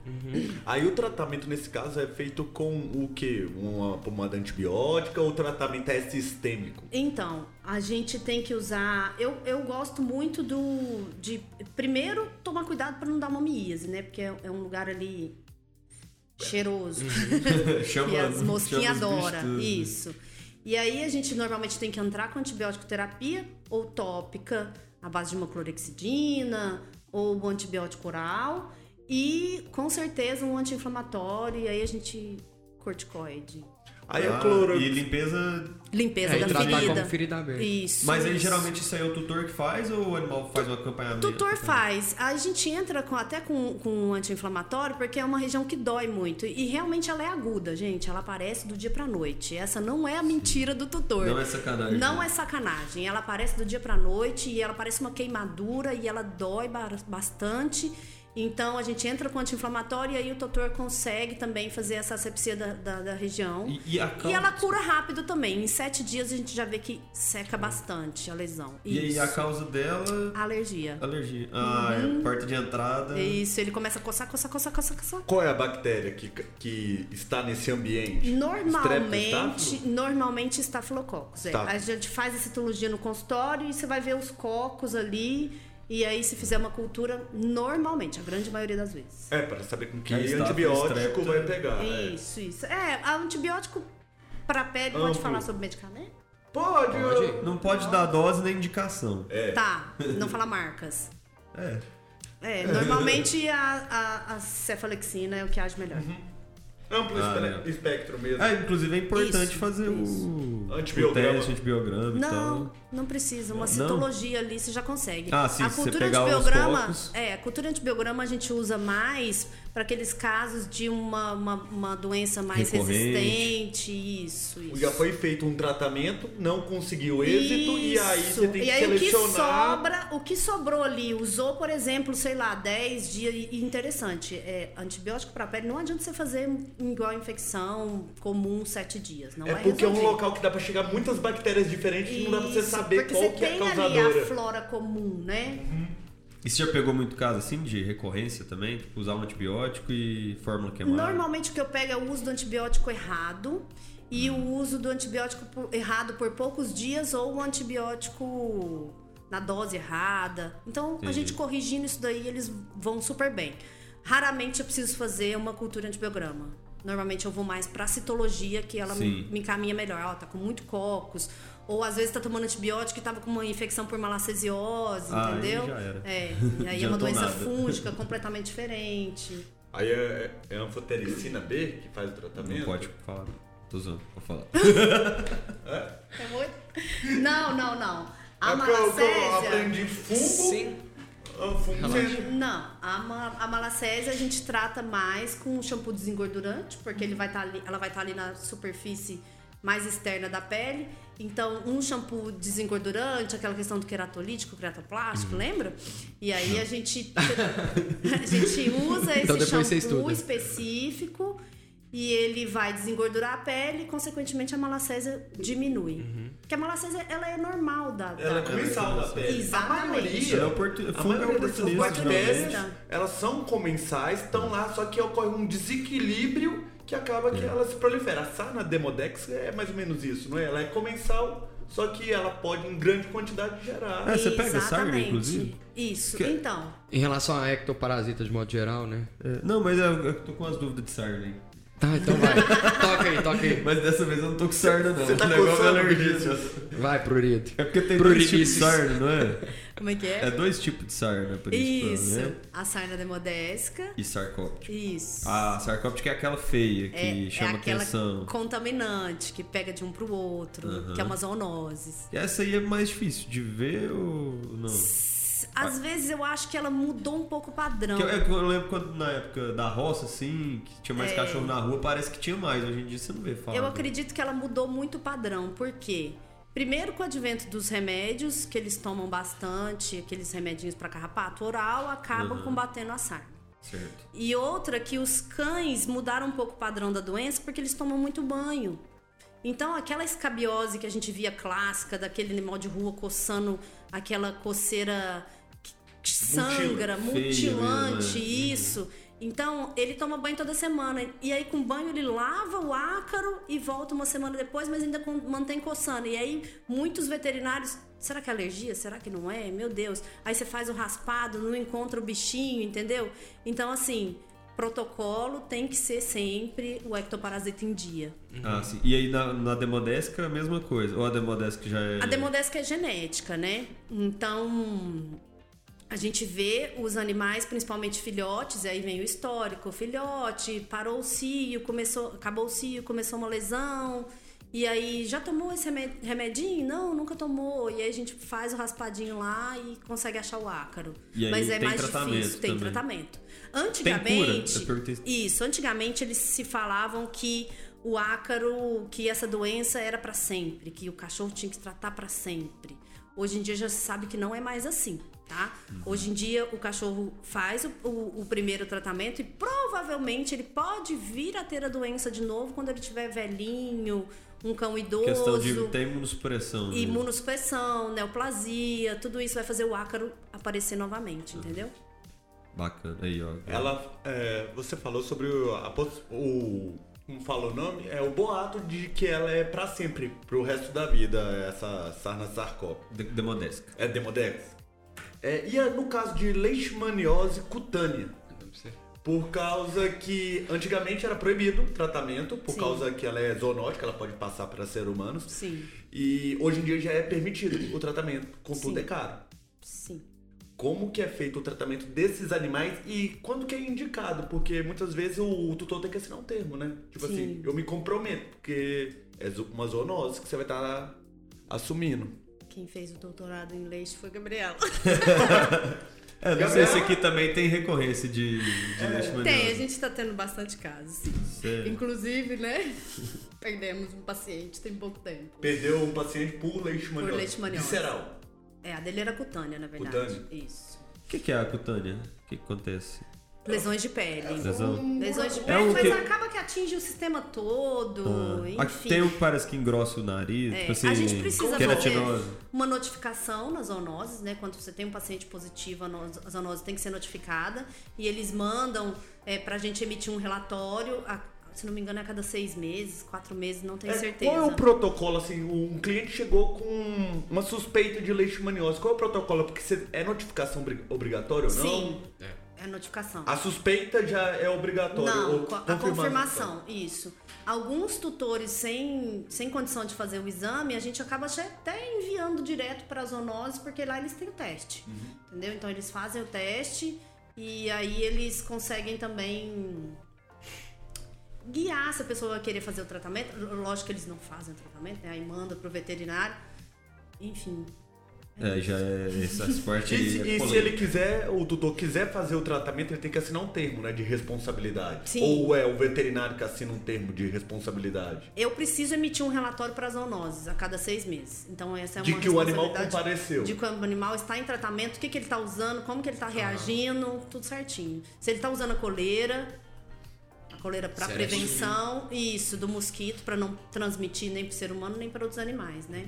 Speaker 3: Aí o tratamento nesse caso é feito com o quê? Uma pomada antibiótica ou o tratamento é sistêmico?
Speaker 4: Então, a gente tem que usar. Eu, eu gosto muito do. de primeiro tomar cuidado pra não dar uma miíase, né? Porque é, é um lugar ali cheiroso.
Speaker 1: Hum, Chama-
Speaker 4: que as
Speaker 1: chama
Speaker 4: mosquinhas
Speaker 1: os bichos
Speaker 4: adoram.
Speaker 1: tudo. né?
Speaker 4: Isso. E aí a gente normalmente tem que entrar com antibiótico terapia ou tópica, à base de uma clorexidina ou um antibiótico oral e com certeza um anti-inflamatório e aí a gente corticoide.
Speaker 3: Aí a
Speaker 1: Ah,
Speaker 3: cloro.
Speaker 1: E limpeza.
Speaker 4: Limpeza
Speaker 2: É, e
Speaker 4: da
Speaker 2: tratar
Speaker 4: ferida.
Speaker 2: como ferida aberta.
Speaker 4: Isso.
Speaker 1: Mas aí
Speaker 4: isso.
Speaker 1: geralmente isso aí é o tutor que faz ou o animal faz um acompanhamento?
Speaker 4: Tutor faz. A gente entra com- até com, com um anti-inflamatório porque é uma região que dói muito. E realmente ela é aguda, gente. Ela aparece do dia pra noite. Essa não é a mentira do tutor.
Speaker 1: Não é sacanagem.
Speaker 4: Não
Speaker 1: né?
Speaker 4: é sacanagem. Ela aparece do dia pra noite e ela parece uma queimadura e ela dói ba- bastante. Então a gente entra com anti-inflamatório e aí o tutor consegue também fazer essa asepsia da, da- da região.
Speaker 1: E, e a causa,
Speaker 4: E ela cura rápido também. Em sete dias a gente já vê que seca bastante a lesão.
Speaker 1: e aí a
Speaker 4: Isso.
Speaker 1: causa dela.
Speaker 4: Alergia.
Speaker 1: Alergia. Ah,
Speaker 4: Uhum.
Speaker 1: é porta de entrada.
Speaker 4: Isso, ele começa a coçar, coçar, coçar, coçar, coçar.
Speaker 3: Qual é a bactéria que, que está nesse ambiente?
Speaker 4: Normalmente,
Speaker 3: Streptostaphylus?
Speaker 4: normalmente estafilococos. é.
Speaker 3: Tá.
Speaker 4: A gente faz a citologia no consultório e você vai ver os cocos ali. E aí, se fizer uma cultura, normalmente, a grande maioria das vezes.
Speaker 3: É, para saber com que
Speaker 1: É, está-
Speaker 3: antibiótico
Speaker 1: strepto-
Speaker 3: vai pegar. é.
Speaker 4: Isso, isso. É, a antibiótico pra pele, pode
Speaker 3: Amplo.
Speaker 4: falar sobre medicamento?
Speaker 3: Pode,
Speaker 2: Pode.
Speaker 1: Não pode dar dose nem indicação.
Speaker 3: É.
Speaker 4: Tá,
Speaker 3: (laughs)
Speaker 4: não falar marcas.
Speaker 1: É.
Speaker 4: É, normalmente a, a, a cefalexina é o que age melhor.
Speaker 3: Amplo
Speaker 1: Ah,
Speaker 3: espe-
Speaker 1: legal.
Speaker 3: espectro mesmo.
Speaker 1: Ah, inclusive é importante
Speaker 4: Isso,
Speaker 1: fazer
Speaker 4: isso.
Speaker 1: o.
Speaker 3: Antibiograma.
Speaker 1: O teste, antibiograma e
Speaker 4: Não,
Speaker 1: tal.
Speaker 4: não precisa. Uma citologia ali você já consegue.
Speaker 1: Ah, sim,
Speaker 4: a
Speaker 1: se você
Speaker 4: cultura
Speaker 1: pegar os
Speaker 4: antibiograma,
Speaker 1: focos.
Speaker 4: é, a cultura antibiograma a gente usa mais para aqueles casos de uma, uma, uma doença mais
Speaker 1: Recorrente.
Speaker 4: resistente, isso, isso.
Speaker 3: Já foi feito um tratamento, não conseguiu êxito, e aí
Speaker 4: Isso.
Speaker 3: você tem que
Speaker 4: E aí o que
Speaker 3: selecionar.
Speaker 4: sobra, o que sobrou ali, usou, por exemplo, sei lá, 10 dias e interessante, é antibiótico para pele, não adianta você fazer igual a infecção comum 7 dias, não
Speaker 3: É
Speaker 4: vai
Speaker 3: porque é um
Speaker 4: resolver.
Speaker 3: local que dá pra chegar muitas bactérias diferentes e não dá pra você
Speaker 4: Isso,
Speaker 3: saber
Speaker 4: porque
Speaker 3: qual
Speaker 4: você
Speaker 3: que é a
Speaker 4: tem ali
Speaker 3: causadora.
Speaker 4: a flora comum, né?
Speaker 1: E você já pegou muito caso assim de recorrência também? Tipo, usar um antibiótico e fórmula queimada?
Speaker 4: Normalmente o que eu pego é o uso do antibiótico errado e o uso do antibiótico por- errado por poucos dias ou o antibiótico na dose errada. Então, a
Speaker 1: Entendi.
Speaker 4: gente corrigindo isso daí, eles vão super bem. Raramente eu preciso fazer uma cultura antibiograma. Normalmente eu vou mais pra citologia, que ela me,
Speaker 1: Sim.
Speaker 4: me encaminha melhor. Ó, tá com muito cocos. Ou às vezes tá tomando antibiótico e tava com uma infecção por malacesiose,
Speaker 1: Ah, aí
Speaker 4: entendeu?
Speaker 1: já era.
Speaker 4: É, e
Speaker 1: (laughs)
Speaker 4: aí é
Speaker 1: Adiantou
Speaker 4: uma doença
Speaker 1: nada.
Speaker 4: fúngica completamente diferente.
Speaker 3: Aí é, é a anfotericina B que faz o tratamento?
Speaker 1: Não pode falar. Tô usando, vou falar.
Speaker 4: É muito? Não, não, não. A
Speaker 3: é porque eu- que eu,
Speaker 4: malacésia...
Speaker 3: aprendi fungo.
Speaker 2: Sim.
Speaker 3: ah, fungo você-
Speaker 4: Não, a, ma- a malacésia a gente trata mais com um shampoo desengordurante, porque ele vai tá ali, ela vai estar ali na tá superfície mais externa da pele. Então, um shampoo desengordurante, aquela questão do queratolítico, queratoplástico,
Speaker 2: Uhum.
Speaker 4: lembra? E aí a gente, (laughs) a gente usa esse
Speaker 2: Então, depois você
Speaker 4: shampoo
Speaker 2: estuda.
Speaker 4: específico e ele vai desengordurar a pele e, consequentemente, a malacésia diminui.
Speaker 2: Uhum.
Speaker 4: Porque a malacésia, ela é normal da... da-
Speaker 3: Ela é comensal da pele.
Speaker 4: Exatamente.
Speaker 3: A maioria,
Speaker 1: Tá. Ela é oportu-
Speaker 3: a
Speaker 1: fungo é
Speaker 3: maioria dessas
Speaker 1: oportunista,
Speaker 3: bactérias,
Speaker 4: geralmente.
Speaker 3: elas são comensais, estão lá, só que ocorre um desequilíbrio que
Speaker 1: É.
Speaker 3: acaba que ela se prolifera. A sarna demodex é mais ou menos isso, não é? Ela é comensal, só que ela pode, em grande quantidade, gerar.
Speaker 1: É, você pega sarna,
Speaker 4: Exatamente.
Speaker 1: inclusive?
Speaker 4: Isso,
Speaker 1: Que-
Speaker 4: então.
Speaker 2: Em relação a ectoparasita de modo geral, né?
Speaker 1: É, não, mas eu, eu tô com umas dúvidas de sarna aí.
Speaker 2: Tá, então
Speaker 4: (laughs)
Speaker 2: vai. toca aí, toca aí.
Speaker 1: Mas dessa vez eu não tô com sarna, não.
Speaker 3: Você tá
Speaker 1: o negócio é
Speaker 3: coçando,
Speaker 1: alergia.
Speaker 3: Vinícius?
Speaker 2: Vai, prurido.
Speaker 1: É porque tem dois tipos de
Speaker 2: Pruritices.
Speaker 1: sarna, não é?
Speaker 4: Como é que
Speaker 1: É
Speaker 4: é?
Speaker 1: dois tipos de sarna, por isso,
Speaker 4: Isso,
Speaker 1: né?
Speaker 4: a sarna demodésica.
Speaker 1: E sarcóptica.
Speaker 4: Isso.
Speaker 1: Ah, sarcóptica é aquela feia que
Speaker 4: é,
Speaker 1: chama
Speaker 4: é aquela
Speaker 1: atenção.
Speaker 4: contaminante que pega de um pro outro, que é uma zoonoses.
Speaker 1: E Essa aí é mais difícil de ver ou não?
Speaker 4: Às vezes eu acho que ela mudou um pouco o padrão.
Speaker 1: Ah. Que eu, é que eu lembro quando na época da roça, assim, que tinha mais cachorro na rua, parece que tinha mais. Hoje em dia você não vê falar.
Speaker 4: É. Eu
Speaker 1: né?
Speaker 4: acredito que ela mudou muito o padrão, por quê? Primeiro com o advento dos remédios, que eles tomam bastante, aqueles remedinhos para carrapato oral, acabam combatendo a sarna.
Speaker 1: Certo.
Speaker 4: E outra que os cães mudaram um pouco o padrão da doença porque eles tomam muito banho. Então, aquela escabiose que a gente via clássica, daquele animal de rua coçando aquela coceira que- que sangra,
Speaker 1: Mutila- feia
Speaker 4: mutilante,
Speaker 1: mesmo, né?
Speaker 4: isso. Então, ele toma banho toda semana. E aí, com banho, ele lava o ácaro e volta uma semana depois, mas ainda com- mantém coçando. E aí, muitos veterinários. Será que é alergia? Será que não é? Meu Deus. Aí você faz o raspado, não encontra o bichinho, entendeu? Então, assim, protocolo tem que ser sempre o ectoparasita em dia.
Speaker 1: Ah, sim. E aí na, na demodésica a mesma coisa. Ou a demodésica já é.
Speaker 4: A demodésica é genética, né? Então, a gente vê os animais, principalmente filhotes, e aí vem o histórico, filhote, parou o cio, começou, acabou o cio, começou uma lesão, e aí já tomou esse reme- remedinho? Não, nunca tomou. E aí a gente faz o raspadinho lá e consegue achar o ácaro.
Speaker 1: E aí
Speaker 4: Mas é
Speaker 1: tem
Speaker 4: mais
Speaker 1: tratamento
Speaker 4: difícil, tem
Speaker 1: também.
Speaker 4: tratamento.
Speaker 1: cura? Eu
Speaker 4: Antigamente,
Speaker 1: perguntei-
Speaker 4: isso, antigamente eles se falavam que o ácaro, que essa doença era pra sempre, que o cachorro tinha que tratar pra sempre. Hoje em dia já se sabe que não é mais assim, tá?
Speaker 1: Uhum.
Speaker 4: Hoje em dia o cachorro faz o, o- o primeiro tratamento e provavelmente ele pode vir a ter a doença de novo quando ele tiver velhinho, um cão
Speaker 1: Questão de
Speaker 4: idoso,
Speaker 1: ter imunossupressão. né?
Speaker 4: imunossupressão, neoplasia, tudo isso vai fazer o ácaro aparecer
Speaker 1: Uhum.
Speaker 4: novamente, entendeu?
Speaker 1: Bacana. Aí, ó.
Speaker 3: Ela, é, você falou sobre o, a pos- o- como fala o nome, é o boato de que ela é pra sempre, pro resto da vida, essa sarna sarcóptica.
Speaker 1: De- Demodésica.
Speaker 3: É Demodex. É, e é no caso de leishmaniose cutânea, por causa que antigamente era proibido o tratamento, por
Speaker 4: Sim.
Speaker 3: causa que ela é zoonótica, ela pode passar para seres humanos.
Speaker 4: Sim,
Speaker 3: E hoje em dia já é permitido o tratamento, contudo
Speaker 4: Sim.
Speaker 3: é caro.
Speaker 4: sim.
Speaker 3: Como que é feito o tratamento desses animais e quando que é indicado? Porque muitas vezes o tutor tem que assinar um termo, né? Tipo assim,
Speaker 4: Sim.
Speaker 3: eu me comprometo, porque é zo- uma zoonose que você vai estar assumindo.
Speaker 4: Quem fez o doutorado em leite foi Gabriela.
Speaker 1: É, não sei se aqui também tem recorrência de, de leishmaniose.
Speaker 4: É, Tem, a gente tá tendo bastante casos, sim.
Speaker 1: Sério?
Speaker 4: Inclusive, né? (laughs) Perdemos um paciente tem pouco tempo.
Speaker 3: Perdeu um paciente por leishmaniose.
Speaker 4: Por leishmaniose.
Speaker 3: Visceral.
Speaker 4: É, a dele era cutânea, na verdade.
Speaker 3: Cutânea?
Speaker 4: Isso.
Speaker 1: O que, que é a cutânea? O que, que acontece?
Speaker 4: Lesões de pele.
Speaker 1: É, Lesão?
Speaker 4: Lesões de
Speaker 1: o
Speaker 4: pele, mas
Speaker 1: que-
Speaker 4: acaba que atinge o sistema todo,
Speaker 1: Ah,
Speaker 4: enfim.
Speaker 1: Aqui tem o que parece que engrossa o nariz.
Speaker 4: É,
Speaker 1: tipo assim,
Speaker 4: a gente precisa fazer
Speaker 1: queratinose.
Speaker 4: uma notificação nas zoonoses, né? Quando você tem um paciente positivo, a no- a zoonose tem que ser notificada. E eles mandam é, pra gente emitir um relatório, a- se não me engano, é a cada seis meses, quatro meses, não tenho
Speaker 3: É,
Speaker 4: certeza.
Speaker 3: Qual é o protocolo, assim, um cliente chegou com uma suspeita de leishmaniose, qual é o protocolo? Porque você- é notificação obri- obrigatória ou não?
Speaker 4: Sim,
Speaker 2: É.
Speaker 4: é a notificação.
Speaker 3: A suspeita já é obrigatória?
Speaker 4: Não,
Speaker 3: ou
Speaker 4: co- a
Speaker 3: confirmada?
Speaker 4: confirmação, isso. Alguns tutores sem, sem condição de fazer o exame, a gente acaba che- até enviando direto para a zoonose, porque lá eles têm o teste.
Speaker 3: Uhum.
Speaker 4: Entendeu? Então eles fazem o teste e aí eles conseguem também guiar se a pessoa vai querer fazer o tratamento. L- Lógico que eles não fazem o tratamento, né? Aí manda pro veterinário. Enfim.
Speaker 1: É, já é
Speaker 4: (laughs)
Speaker 1: essa parte
Speaker 3: E, se-
Speaker 1: é
Speaker 3: e se
Speaker 1: polêmica.
Speaker 3: ele quiser, o tutor quiser fazer o tratamento, ele tem que assinar um termo, né? De responsabilidade.
Speaker 4: Sim.
Speaker 3: Ou é o veterinário que assina um termo de responsabilidade.
Speaker 4: Eu preciso emitir um relatório para as zoonoses a cada seis meses. Então essa é uma
Speaker 3: De que o animal
Speaker 4: responsabilidade
Speaker 3: compareceu. Ah.
Speaker 4: De que o animal está em tratamento, o que, que ele está usando, como que ele está reagindo, tudo certinho. Se ele está usando a coleira, a coleira para
Speaker 2: Certinho.
Speaker 4: prevenção, isso, do mosquito, para não transmitir nem para o ser humano, nem para outros animais, né?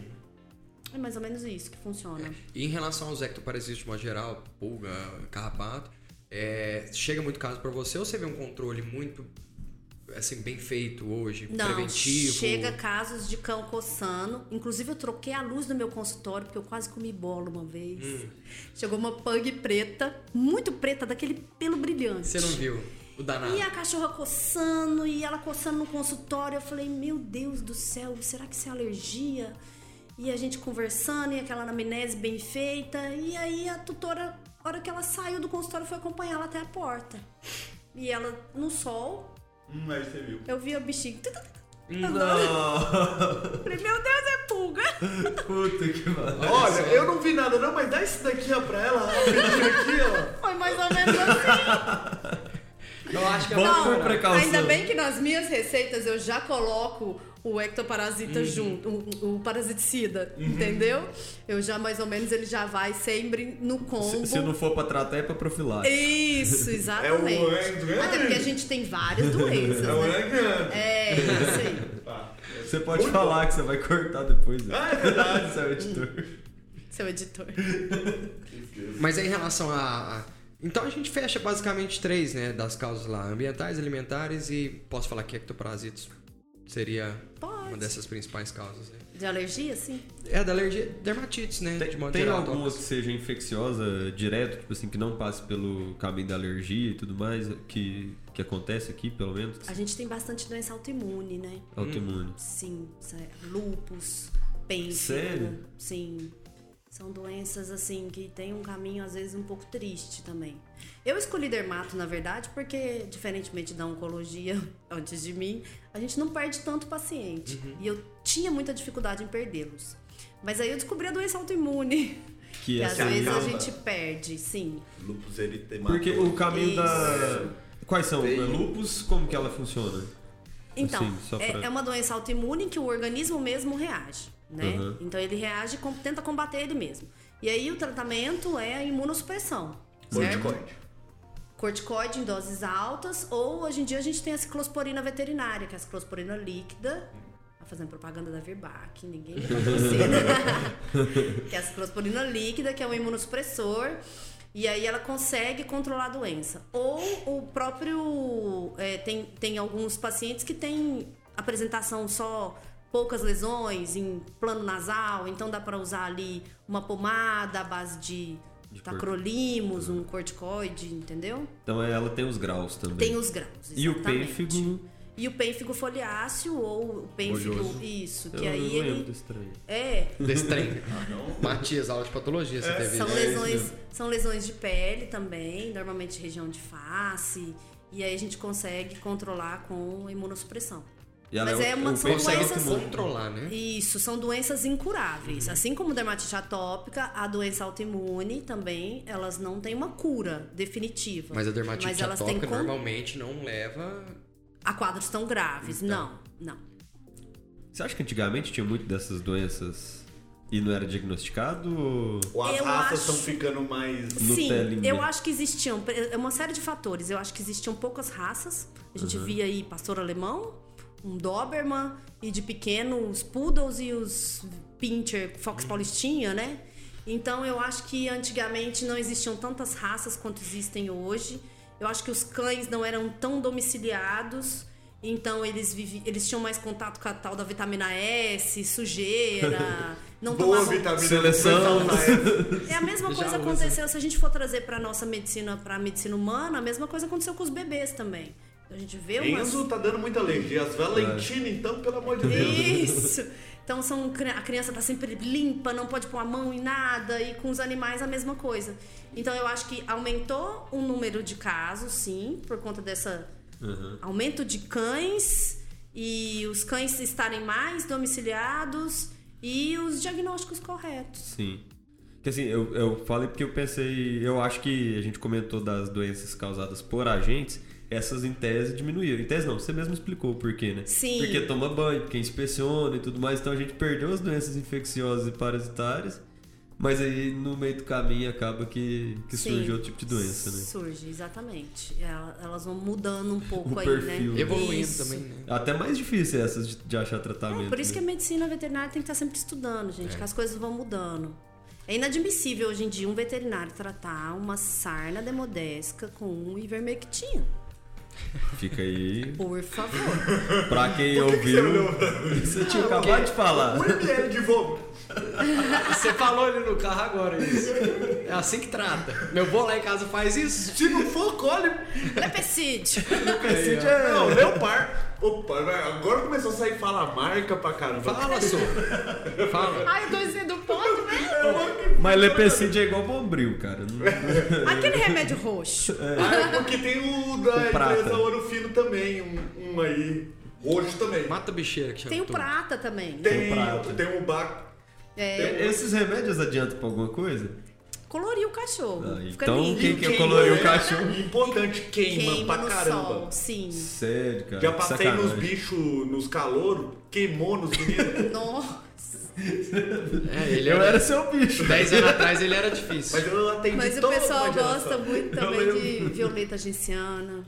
Speaker 4: É mais ou menos isso que funciona.
Speaker 2: E em relação aos ectoparasitas de modo geral, pulga, carrapato, é, chega muito caso pra você ou você vê um controle muito assim bem feito hoje,
Speaker 4: Não,
Speaker 2: preventivo?
Speaker 4: chega casos de cão coçando. Inclusive, eu troquei a luz do meu consultório, porque eu quase comi bola uma vez.
Speaker 2: Hum.
Speaker 4: Chegou uma pug preta, muito preta, daquele pelo brilhante.
Speaker 2: Você não viu o danado?
Speaker 4: E a cachorra coçando, e ela coçando no consultório. Eu falei, meu Deus do céu, será que isso é alergia? E a gente conversando, e aquela anamnese bem feita. E aí a tutora, a hora que ela saiu do consultório, foi acompanhar ela até a porta. E ela, no sol,
Speaker 3: Hum, aí você viu.
Speaker 4: eu vi a bichinha.
Speaker 1: Não!
Speaker 4: Falei, meu Deus, é pulga!
Speaker 1: Puta que pariu.
Speaker 3: Olha,
Speaker 2: só.
Speaker 3: eu não vi nada não, mas dá isso daqui, ó, pra ela. rapidinho aqui,
Speaker 4: Foi mais ou menos assim.
Speaker 2: Eu acho que é
Speaker 1: Bom,
Speaker 2: uma-
Speaker 1: Não, por precaução.
Speaker 4: ainda bem que nas minhas receitas eu já coloco o ectoparasita junto, o, o parasiticida, entendeu? Eu já mais ou menos ele já vai sempre no
Speaker 1: Se,
Speaker 4: combo.
Speaker 1: se não for pra tratar, é pra profilar.
Speaker 4: Isso, exatamente.
Speaker 3: Angra.
Speaker 4: Até porque a gente tem várias doenças,
Speaker 3: ó.
Speaker 4: né?
Speaker 3: grande.
Speaker 4: É, isso aí.
Speaker 1: Você pode falar que você vai cortar depois. né?
Speaker 3: Ah, é
Speaker 1: (laughs)
Speaker 3: verdade.
Speaker 1: Seu editor.
Speaker 4: Seu editor.
Speaker 2: Mas em relação a, a- Então a gente fecha basicamente três, né? Das causas lá: ambientais, alimentares e posso falar que ectoparasitos seria
Speaker 4: Pode.
Speaker 2: uma dessas principais causas, né?
Speaker 4: De alergia, sim?
Speaker 2: É, da alergia, dermatites, né? de
Speaker 1: Tem,
Speaker 2: modo
Speaker 1: tem
Speaker 2: geral,
Speaker 1: alguma que
Speaker 2: tópicos.
Speaker 1: seja infecciosa direto, tipo assim, que não passe pelo caminho da alergia e tudo mais, que, que acontece aqui, pelo menos?
Speaker 4: A gente tem bastante doença autoimune, né?
Speaker 1: Autoimune.
Speaker 4: Sim, sé- lupus, pênfilo.
Speaker 1: Sério?
Speaker 4: Sim. São doenças assim que tem um caminho às vezes um pouco triste também. Eu escolhi dermato, na verdade, porque diferentemente da oncologia (laughs) antes de mim, a gente não perde tanto paciente.
Speaker 1: Uhum.
Speaker 4: E eu tinha muita dificuldade em perdê-los. Mas aí eu descobri a doença autoimune,
Speaker 1: Que
Speaker 4: (laughs) que
Speaker 1: é
Speaker 4: às
Speaker 1: essa-
Speaker 3: acaba.
Speaker 4: vezes a gente perde, sim.
Speaker 3: Lupus eritematoso.
Speaker 1: Porque o caminho da. Quais são?
Speaker 3: Hum. Tem-
Speaker 1: É Lupus, como que ela funciona?
Speaker 4: Então,
Speaker 1: Assim, só
Speaker 4: é,
Speaker 1: pra-
Speaker 4: é uma doença autoimune que o organismo mesmo reage, né?
Speaker 1: Uhum.
Speaker 4: Então ele reage e com- tenta combater ele mesmo. E aí o tratamento é a imunossupressão, certo?
Speaker 3: Corticoide.
Speaker 4: Corticoide em doses altas, ou hoje em dia a gente tem a ciclosporina veterinária, que é a ciclosporina líquida. Tá Fazendo propaganda da Virbac,
Speaker 1: (laughs)
Speaker 4: ninguém né? me patrocina. que é a ciclosporina líquida, que é um imunossupressor. E aí ela consegue controlar a doença. Ou o próprio. é, tem, tem alguns pacientes que têm apresentação só poucas lesões em plano nasal, então dá para usar ali uma pomada à base de,
Speaker 1: De cor-
Speaker 4: tacrolimus, um corticoide, entendeu?
Speaker 1: Então ela tem os graus também.
Speaker 4: Tem os graus.
Speaker 1: E o
Speaker 4: exatamente.
Speaker 1: pênfigo.
Speaker 4: E o pênfigo foliáceo ou o pênfigo.
Speaker 1: Folhoso.
Speaker 4: Isso,
Speaker 1: Eu
Speaker 4: que
Speaker 1: não
Speaker 4: aí
Speaker 1: lembro
Speaker 4: ele.
Speaker 1: desse trem.
Speaker 4: É,
Speaker 2: Desse trem. Matias, aula de patologia, você teve.
Speaker 4: são
Speaker 2: né?
Speaker 4: lesões, são lesões de pele também, normalmente região de face. E aí a gente consegue controlar com imunossupressão.
Speaker 1: E ela
Speaker 4: Mas é
Speaker 1: um-
Speaker 4: uma-
Speaker 1: um
Speaker 4: são
Speaker 1: pênfigo
Speaker 2: Consegue
Speaker 4: doenças-
Speaker 1: autoimune.
Speaker 2: controlar, né?
Speaker 4: Isso, são doenças incuráveis.
Speaker 2: Uhum.
Speaker 4: Assim como dermatite atópica, a doença autoimune também, elas não têm uma cura definitiva.
Speaker 2: Mas a dermatite
Speaker 4: Mas elas têm
Speaker 2: atópica
Speaker 4: con-
Speaker 2: normalmente não leva.
Speaker 4: a quadros tão graves.
Speaker 2: Então.
Speaker 4: Não, não.
Speaker 1: Você acha que antigamente tinha muito dessas doenças e não era diagnosticado? ou-
Speaker 3: Ou as
Speaker 4: Eu
Speaker 3: raças
Speaker 4: acho-
Speaker 3: estão ficando mais...
Speaker 1: No
Speaker 4: Sim,
Speaker 1: Telling
Speaker 4: eu
Speaker 1: Me.
Speaker 4: acho que existiam é uma série de fatores. Eu acho que existiam poucas raças. A gente
Speaker 3: Uhum.
Speaker 4: via aí pastor alemão, um Doberman e de pequeno os poodles e os pincher, fox
Speaker 3: Uhum.
Speaker 4: paulistinha, né? Então eu acho que antigamente não existiam tantas raças quanto existem hoje. Eu acho que os cães não eram tão domiciliados. Então eles, vivi- eles tinham mais contato com a tal da vitamina S,
Speaker 3: (laughs)
Speaker 4: sujeira, não
Speaker 3: Boa
Speaker 4: tomavam
Speaker 3: vitamina. né?
Speaker 1: Seleção.
Speaker 3: não precisa usar essa.
Speaker 4: é a mesma
Speaker 2: Já usa.
Speaker 4: coisa aconteceu se a gente for trazer para nossa medicina, para medicina humana, a mesma coisa aconteceu com os bebês também. A gente vê umas
Speaker 3: Enzo tá dando muita alergia. As
Speaker 1: É.
Speaker 3: Valentina, então, pelo amor de Deus.
Speaker 4: isso. Então são cri- a criança tá sempre limpa, não pode pôr a mão em nada e com os animais a mesma coisa. Então eu acho que aumentou o número de casos, sim, por conta dessa aumento de cães e os cães estarem mais domiciliados e os diagnósticos corretos.
Speaker 1: Sim. Que assim, eu, eu falei porque eu pensei, eu acho que a gente comentou das doenças causadas por agentes, essas em tese diminuíram. Em tese não, você mesmo explicou o porquê, né?
Speaker 4: Sim.
Speaker 1: Porque toma banho, porque inspeciona e tudo mais, então a gente perdeu as doenças infecciosas e parasitárias, mas aí no meio do caminho acaba que, que
Speaker 4: Sim.
Speaker 1: surge outro tipo de doença, né?
Speaker 4: Surge, exatamente. Ela- Elas vão mudando um
Speaker 1: (laughs)
Speaker 4: pouco
Speaker 1: O
Speaker 4: aí,
Speaker 1: perfil,
Speaker 4: né?
Speaker 1: né?
Speaker 2: Evoluindo
Speaker 4: Isso.
Speaker 2: também, né?
Speaker 1: Até mais difícil essas de, de achar tratamento.
Speaker 4: É, por isso que
Speaker 1: né? É.
Speaker 4: a medicina veterinária tem que estar sempre estudando, gente, que as coisas vão mudando. É inadmissível hoje em dia um veterinário tratar uma sarna demodésica com um ivermectina.
Speaker 1: Fica aí.
Speaker 4: é (laughs)
Speaker 1: (laughs)
Speaker 4: Por favor.
Speaker 1: Pra quem
Speaker 3: que que você
Speaker 1: ouviu,
Speaker 3: olhou?
Speaker 1: (laughs) você tinha acabado de falar.
Speaker 3: Um ml de vômito.
Speaker 2: Você falou ali no carro agora isso. É assim que trata. Meu vô lá em casa faz isso.
Speaker 3: Se não for, colhe.
Speaker 4: Lepecídio.
Speaker 3: Decide, é, não, Leopar. Opa, vai, agora começou a sair falar marca pra caramba.
Speaker 2: Fala, só. Fala.
Speaker 4: Ai, eu tô sendo
Speaker 1: (laughs)
Speaker 4: ponto, né?
Speaker 3: Tipo,
Speaker 1: Mas Lepecid é igual bombril, cara. Não- é?
Speaker 4: Aquele remédio roxo.
Speaker 3: Ah, porque tem o da
Speaker 1: O prata.
Speaker 3: empresa Ouro Fino também, um, um aí. Roxo também.
Speaker 2: Mata a bicheira que chama.
Speaker 4: Tem um o
Speaker 2: todo.
Speaker 4: prata também. né?
Speaker 3: Tem,
Speaker 1: o prata.
Speaker 3: tem o Baco.
Speaker 4: É,
Speaker 1: Esses remédios adiantam pra alguma coisa?
Speaker 4: colorir o cachorro.
Speaker 1: Ah,
Speaker 4: Fica
Speaker 1: então,
Speaker 4: lindo.
Speaker 1: quem que-
Speaker 3: E
Speaker 1: coloriu o
Speaker 3: é
Speaker 1: cachorro?
Speaker 3: Importante, queima,
Speaker 4: Queima
Speaker 3: pra
Speaker 4: no
Speaker 3: caramba.
Speaker 4: sol, sim.
Speaker 1: Sério,
Speaker 2: É,
Speaker 1: cara.
Speaker 3: Já
Speaker 1: que
Speaker 3: passei
Speaker 1: sacanagem.
Speaker 3: nos bichos, nos caloros, queimou nos
Speaker 2: (laughs)
Speaker 3: meninos.
Speaker 4: Nossa.
Speaker 2: É, ele
Speaker 1: Eu
Speaker 2: era... assim.
Speaker 1: era seu bicho.
Speaker 2: 10 anos atrás ele era difícil.
Speaker 3: Mas eu atendi
Speaker 4: Mas o
Speaker 3: toda
Speaker 4: pessoal
Speaker 3: uma geração.
Speaker 4: gosta muito também
Speaker 3: Eu
Speaker 4: de
Speaker 3: lembro.
Speaker 4: Violeta Genciana.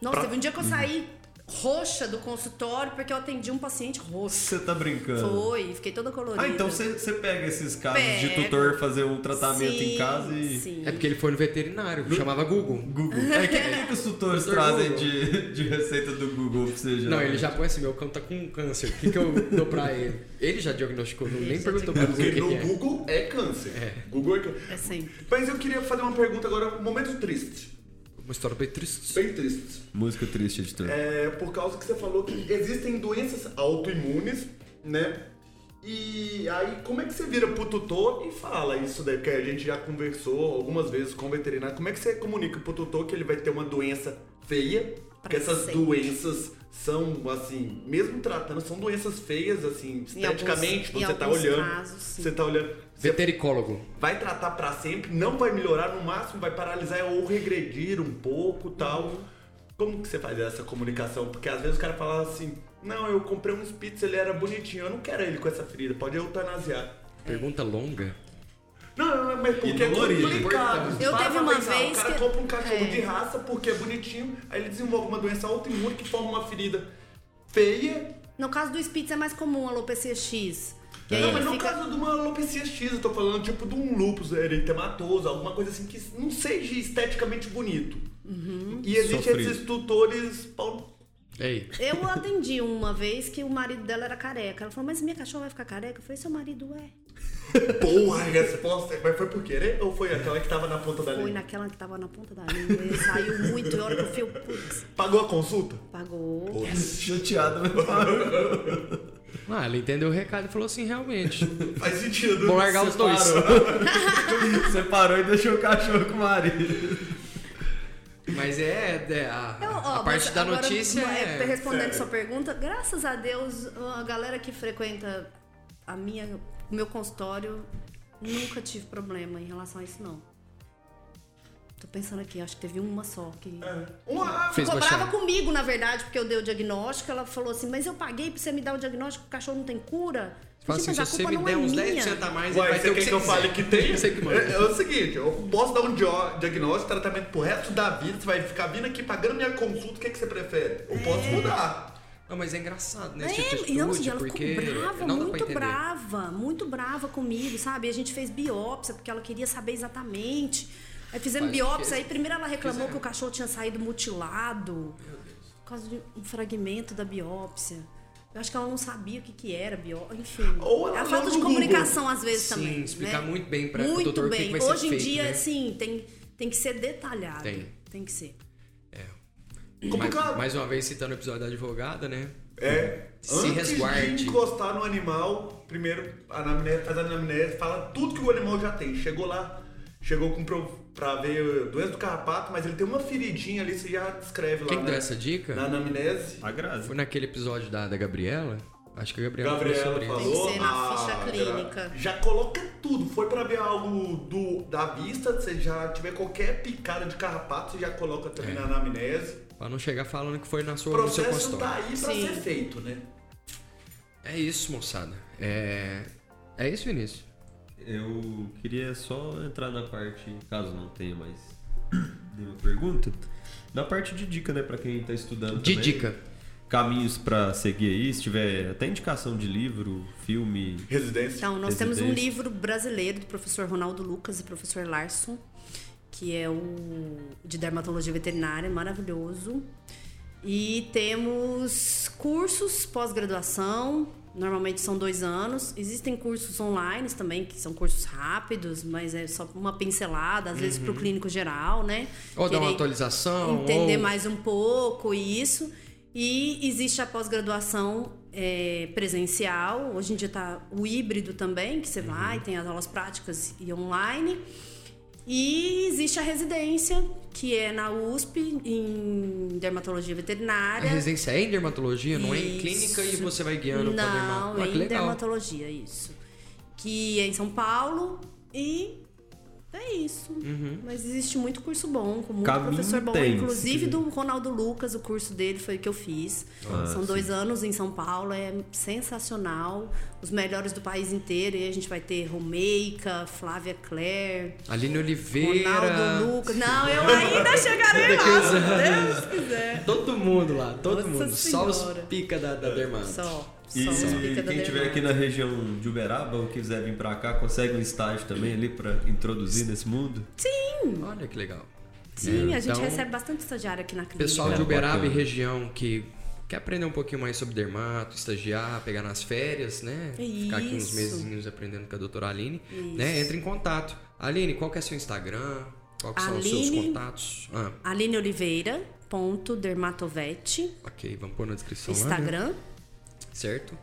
Speaker 4: Nossa, teve um dia que
Speaker 3: Uhum.
Speaker 4: eu saí roxa do consultório porque eu atendi um paciente roxo.
Speaker 1: (laughs) Você tá
Speaker 3: é.
Speaker 1: brincando.
Speaker 4: Foi, fiquei toda colorida.
Speaker 1: Ah, então você você pega esses casos de
Speaker 4: Pego.
Speaker 1: tutor fazer um
Speaker 3: tá
Speaker 1: tratamento em
Speaker 4: Sim,
Speaker 1: casa e.
Speaker 4: Sim.
Speaker 2: É porque ele foi no veterinário, chamava Google.
Speaker 1: Google. É, o que, que, que os tutores
Speaker 2: Doutor
Speaker 1: trazem
Speaker 2: Google.
Speaker 1: de, de receita do Google pra você
Speaker 2: Não, ele já põe assim, meu cão tá com câncer, o que, que eu dou pra ele? Ele já diagnosticou, não, nem perguntou pra você
Speaker 3: Porque
Speaker 2: o que,
Speaker 3: no
Speaker 2: que é.
Speaker 3: Google é câncer.
Speaker 2: É.
Speaker 3: Google é câncer.
Speaker 4: É sempre.
Speaker 3: Mas eu queria fazer uma pergunta agora, um momento triste.
Speaker 2: Uma história bem triste.
Speaker 3: Bem triste.
Speaker 1: Música triste, editor.
Speaker 3: É, por causa que você falou que existem doenças autoimunes, né? E aí, como é que você vira pro tutor e fala isso daí? Porque a gente já conversou algumas vezes com o veterinário. Como é que você comunica pro tutor que ele vai ter uma doença feia? Porque essas
Speaker 4: Pra sempre.
Speaker 3: doenças são, assim, mesmo tratando, são doenças feias, assim,
Speaker 4: Em alguns-
Speaker 3: esteticamente,
Speaker 4: em
Speaker 3: você tá
Speaker 4: alguns
Speaker 3: olhando.
Speaker 4: casos, sim.
Speaker 3: Você tá olhando. Você
Speaker 2: Vetericólogo.
Speaker 3: vai tratar pra sempre, não vai melhorar, no máximo vai paralisar ou regredir um pouco tal. Como que você faz essa comunicação? Porque às vezes o cara fala assim, não, eu comprei um Spitz, ele era bonitinho, eu não quero ele com essa ferida, pode eutanasiar.
Speaker 2: Pergunta longa.
Speaker 3: Não, não, não, mas porque é
Speaker 1: dolorido.
Speaker 3: complicado.
Speaker 4: Eu
Speaker 3: Para
Speaker 4: teve
Speaker 3: pra
Speaker 4: uma
Speaker 3: pensar,
Speaker 4: vez
Speaker 3: O cara
Speaker 4: que-
Speaker 3: compra um cachorro
Speaker 4: é.
Speaker 3: de raça porque é bonitinho, aí ele desenvolve uma doença autoimune que forma uma ferida feia.
Speaker 4: No caso do Spitz é mais comum a alopecia X. E aí
Speaker 3: não,
Speaker 4: ele
Speaker 3: mas no
Speaker 4: fica-
Speaker 3: caso de uma alopecia X, eu tô falando tipo de um lúpus eritematoso, alguma coisa assim que não seja esteticamente bonito.
Speaker 4: Uhum.
Speaker 3: E existem
Speaker 1: Sofrido.
Speaker 3: esses tutores pau-
Speaker 2: Ei,
Speaker 4: Eu atendi uma vez que o marido dela era careca. Ela falou, mas minha cachorra vai ficar careca? Eu falei, seu marido é.
Speaker 3: Porra, a resposta. é, Mas foi por querer ou foi aquela que tava na ponta da
Speaker 4: Foi
Speaker 3: língua?
Speaker 4: naquela que tava na ponta da língua. Ele saiu muito. E a hora que eu fui, eu, putz,
Speaker 3: Pagou a consulta?
Speaker 4: pagou.
Speaker 1: (laughs)
Speaker 2: É.
Speaker 1: Chateado, mas
Speaker 2: ah, ele entendeu o recado e falou assim,
Speaker 3: (laughs)
Speaker 2: realmente.
Speaker 3: Faz sentido.
Speaker 2: Vou largar os dois.
Speaker 1: você parou e deixou o cachorro com o marido.
Speaker 2: Mas é, é, a,
Speaker 4: Eu,
Speaker 2: a
Speaker 4: ó,
Speaker 2: parte
Speaker 4: mas
Speaker 2: da
Speaker 4: agora,
Speaker 2: notícia
Speaker 4: é,
Speaker 2: é...
Speaker 4: Respondendo sua pergunta, graças a Deus, a galera que frequenta a minha, o meu consultório, nunca tive problema em relação a isso, não. Tô pensando aqui, acho que teve uma só que...
Speaker 3: É. Uma...
Speaker 2: Fez
Speaker 4: Ficou brava
Speaker 2: baixar.
Speaker 4: comigo, na verdade, porque eu dei o diagnóstico. Ela falou assim, mas eu paguei pra você me dar o diagnóstico, o cachorro não tem cura.
Speaker 2: Fala assim,
Speaker 4: Gente,
Speaker 2: se
Speaker 4: mas a
Speaker 2: você
Speaker 4: culpa
Speaker 2: me
Speaker 4: não
Speaker 2: der
Speaker 4: é
Speaker 2: uns
Speaker 4: minha.
Speaker 2: 10% a é mais, ele
Speaker 3: Uai,
Speaker 2: vai ter
Speaker 3: você
Speaker 2: o
Speaker 3: quer
Speaker 2: que
Speaker 3: que, eu
Speaker 2: quiser.
Speaker 3: fale que tem?
Speaker 2: Você que manda.
Speaker 3: é, é o seguinte, eu posso dar um dio- diagnóstico, tratamento pro resto da vida, você vai ficar vindo aqui pagando minha consulta, o que, que você prefere? Eu posso mudar.
Speaker 2: Não, mas é engraçado, né?
Speaker 4: É,
Speaker 2: Esse tipo de
Speaker 4: e não,
Speaker 2: atitude,
Speaker 4: ela
Speaker 2: porque
Speaker 4: ficou brava,
Speaker 2: não dá pra
Speaker 4: muito
Speaker 2: entender.
Speaker 4: brava, muito brava comigo, sabe? A gente fez biópsia, porque ela queria saber exatamente. Aí fizemos
Speaker 2: Mas
Speaker 4: biópsia,
Speaker 2: fez-
Speaker 4: aí primeiro ela reclamou
Speaker 2: fizeram.
Speaker 4: que o cachorro tinha saído mutilado. Por causa de um fragmento da biópsia. Eu acho que ela não sabia o que, que era biópsia, enfim.
Speaker 3: Ou ela
Speaker 4: é a
Speaker 3: não
Speaker 4: falta de
Speaker 3: no
Speaker 4: comunicação às vezes
Speaker 2: Sim,
Speaker 4: também.
Speaker 2: explicar
Speaker 4: né?
Speaker 2: muito bem pra- pro
Speaker 4: Muito
Speaker 2: doutor o que
Speaker 4: bem.
Speaker 2: que vai ser
Speaker 4: Hoje em
Speaker 2: feito,
Speaker 4: dia,
Speaker 2: né?
Speaker 4: assim, tem, tem que ser detalhado.
Speaker 2: Tem.
Speaker 4: Tem que ser.
Speaker 2: É. Mais,
Speaker 3: É Complicado.
Speaker 2: mais uma vez citando o episódio da advogada, né?
Speaker 3: É.
Speaker 2: Se
Speaker 3: antes
Speaker 2: resguarde.
Speaker 3: de encostar no animal, primeiro a anamnese, faz a anamnese, fala tudo que o animal já tem. Chegou lá, chegou com pro- pra ver a doença do carrapato, mas ele tem uma feridinha ali, você já descreve lá.
Speaker 2: Quem
Speaker 3: né?
Speaker 2: deu essa dica? Ah,
Speaker 3: Na anamnese.
Speaker 1: A Grazi.
Speaker 2: Foi naquele episódio da, da Gabriela, a Acho que a Gabriela, falou
Speaker 3: Gabriela
Speaker 2: sobre isso.
Speaker 3: falou.
Speaker 4: Tem que ser na
Speaker 3: ah,
Speaker 4: ficha
Speaker 3: gra-
Speaker 4: clínica.
Speaker 3: Já coloca tudo. Foi pra ver algo do, da vista, se já tiver qualquer picada de carrapato, você já coloca também na anamnese.
Speaker 2: Pra não chegar falando que foi na
Speaker 3: O
Speaker 2: sua, É. no seu
Speaker 3: processo
Speaker 2: consultório.
Speaker 3: tá aí pra
Speaker 4: Sim.
Speaker 3: ser feito, né?
Speaker 2: É isso, moçada. É, é isso, Vinícius.
Speaker 1: Eu queria só entrar na parte, caso não tenha mais nenhuma pergunta, na parte de dica, né, para quem tá estudando
Speaker 2: De
Speaker 1: também.
Speaker 2: dica.
Speaker 1: Caminhos para seguir aí, se tiver até indicação de livro, filme,
Speaker 3: Residência.
Speaker 4: Então, nós temos um
Speaker 1: Residência.
Speaker 4: livro brasileiro do professor Ronaldo Lucas e professor Larson, que é o de dermatologia veterinária, maravilhoso. E temos cursos pós-graduação, normalmente são dois anos. Existem cursos online também, que são cursos rápidos, mas é só uma pincelada, às vezes para o clínico geral, né?
Speaker 2: Uhum. Ou dar uma
Speaker 4: Querer-
Speaker 2: atualização.
Speaker 4: entender
Speaker 2: ou...
Speaker 4: mais um pouco isso. E existe a pós-graduação é, presencial, hoje em dia está o híbrido também, que você vai, tem as aulas práticas e online. E existe a residência, que é na USP, em dermatologia
Speaker 2: A
Speaker 4: veterinária.
Speaker 2: residência é em dermatologia, não é em
Speaker 4: Isso.
Speaker 2: clínica e você vai guiando pra Ah,
Speaker 4: Não,
Speaker 1: Ah,
Speaker 2: dermatologia.
Speaker 4: em dermatologia, isso. Que é em São Paulo e é isso. Mas existe muito curso bom, com muito
Speaker 1: Uhum. Caminho
Speaker 4: professor bom.
Speaker 1: tem,
Speaker 4: Inclusive
Speaker 1: se
Speaker 4: do Ronaldo Lucas, o curso dele foi o que eu fiz.
Speaker 1: Ah,
Speaker 4: São
Speaker 1: sim.
Speaker 4: dois anos em São Paulo, é sensacional. Os melhores do país inteiro. E a gente vai ter Romeica, Flávia Claire,
Speaker 2: Aline Oliveira.
Speaker 4: Ronaldo Lucas. Não, eu
Speaker 1: (laughs)
Speaker 4: ainda chegarei
Speaker 2: Daqui
Speaker 4: lá,
Speaker 2: uns
Speaker 4: se
Speaker 2: anos.
Speaker 4: Deus quiser.
Speaker 2: É Todo mundo lá, todo
Speaker 4: Nossa
Speaker 2: mundo. Só
Speaker 4: Senhora.
Speaker 2: os pica da, da dermato.
Speaker 4: Só.
Speaker 1: E
Speaker 4: só os pica da
Speaker 1: quem tiver
Speaker 4: dermato.
Speaker 1: aqui na região de Uberaba ou quiser vir pra cá, consegue um estágio também ali pra introduzir nesse mundo?
Speaker 2: Olha que legal.
Speaker 4: Sim,
Speaker 2: É,
Speaker 4: a gente
Speaker 2: então-
Speaker 4: recebe bastante estagiário aqui na clínica.
Speaker 2: Pessoal de
Speaker 1: Cara,
Speaker 2: Uberaba
Speaker 1: bacana.
Speaker 2: e região que quer aprender um pouquinho mais sobre dermato, estagiar, pegar nas férias, né? Ficar aqui uns
Speaker 4: É Isso.
Speaker 2: mesinhos aprendendo com a doutora Aline,
Speaker 4: Isso.
Speaker 2: né? Entra em contato. Aline, qual que é seu Instagram? Qual que são os seus
Speaker 4: Aline-
Speaker 2: contatos? Ah,
Speaker 4: Aline Oliveira, ponto dermatovete,
Speaker 2: ok, vamos pôr na descrição lá, né?
Speaker 4: Instagram.
Speaker 2: Certo.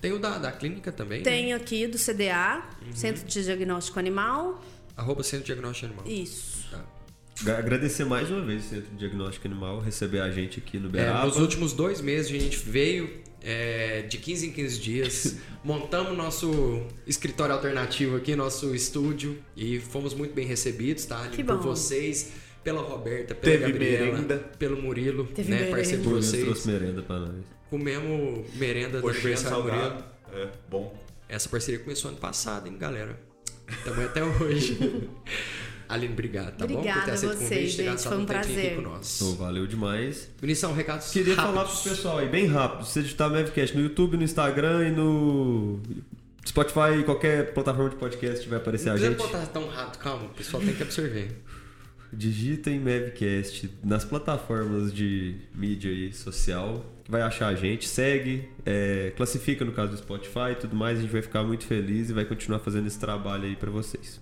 Speaker 2: Tem o da, da clínica também, né?
Speaker 4: Tenho aqui do CDA,
Speaker 2: Uhum.
Speaker 4: Centro de Diagnóstico Animal.
Speaker 2: Arroba Centro de Diagnóstico Animal.
Speaker 4: Isso.
Speaker 2: Tá.
Speaker 1: Agradecer mais uma vez o Centro de Diagnóstico Animal receber a gente aqui no
Speaker 2: É,
Speaker 1: Uberaba.
Speaker 2: nos últimos dois meses a gente veio é, de 15 em 15 dias, montamos nosso escritório alternativo aqui, nosso estúdio, e fomos muito bem recebidos, tá? Ali
Speaker 4: Que
Speaker 2: por
Speaker 4: bom.
Speaker 2: vocês, pela Roberta, pela
Speaker 3: Teve
Speaker 2: Gabriela,
Speaker 3: merenda.
Speaker 2: pelo Murilo,
Speaker 4: Teve
Speaker 2: né?
Speaker 4: merenda.
Speaker 2: Parceiro de
Speaker 1: Por Deus, trouxe
Speaker 2: vocês.
Speaker 1: merenda pra nós.
Speaker 2: Comemos merenda do
Speaker 3: Coxinha
Speaker 2: aniversário do Murilo.
Speaker 3: salgada. É, bom.
Speaker 2: Essa parceria começou ano passado, hein, galera? Estamos até hoje.
Speaker 4: (laughs)
Speaker 2: Aline, obrigado, tá bom?
Speaker 4: Obrigada a
Speaker 2: aceito o
Speaker 4: vocês,
Speaker 2: convite, ter
Speaker 4: gente,
Speaker 2: gastado
Speaker 4: foi um
Speaker 2: um tempinho aqui
Speaker 4: prazer.
Speaker 2: com nós.
Speaker 1: Então, valeu demais.
Speaker 2: Vinição, recados
Speaker 1: Queria
Speaker 2: rápidos.
Speaker 1: falar pro pessoal aí, bem rápido. Se você digitar Mavcast no YouTube, no Instagram e no Spotify, qualquer plataforma de podcast vai aparecer
Speaker 2: Não
Speaker 1: a
Speaker 2: precisa
Speaker 1: gente.
Speaker 2: botar tão rápido, calma, o pessoal tem que absorver.
Speaker 1: Digitem Mavcast nas plataformas de mídia e social, que vai achar a gente, segue, é, classifica no caso do Spotify e tudo mais, a gente vai ficar muito feliz e vai continuar fazendo esse trabalho aí pra vocês.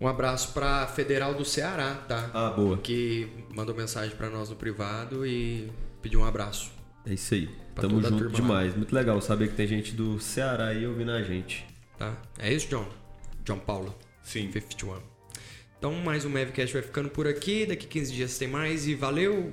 Speaker 2: Um abraço pra Federal do Ceará, tá?
Speaker 1: Ah, boa.
Speaker 2: Que mandou mensagem pra nós no privado e pediu um abraço.
Speaker 1: É isso aí.
Speaker 2: Pra
Speaker 1: Tamo
Speaker 2: toda a
Speaker 1: junto
Speaker 2: turma lá.
Speaker 1: demais. Muito legal saber que tem gente do Ceará aí ouvindo a gente.
Speaker 2: Tá? É isso, John? John Paulo.
Speaker 3: Sim.
Speaker 2: 51. Então, mais um Mavcast vai ficando por aqui. Daqui 15 dias tem mais e valeu!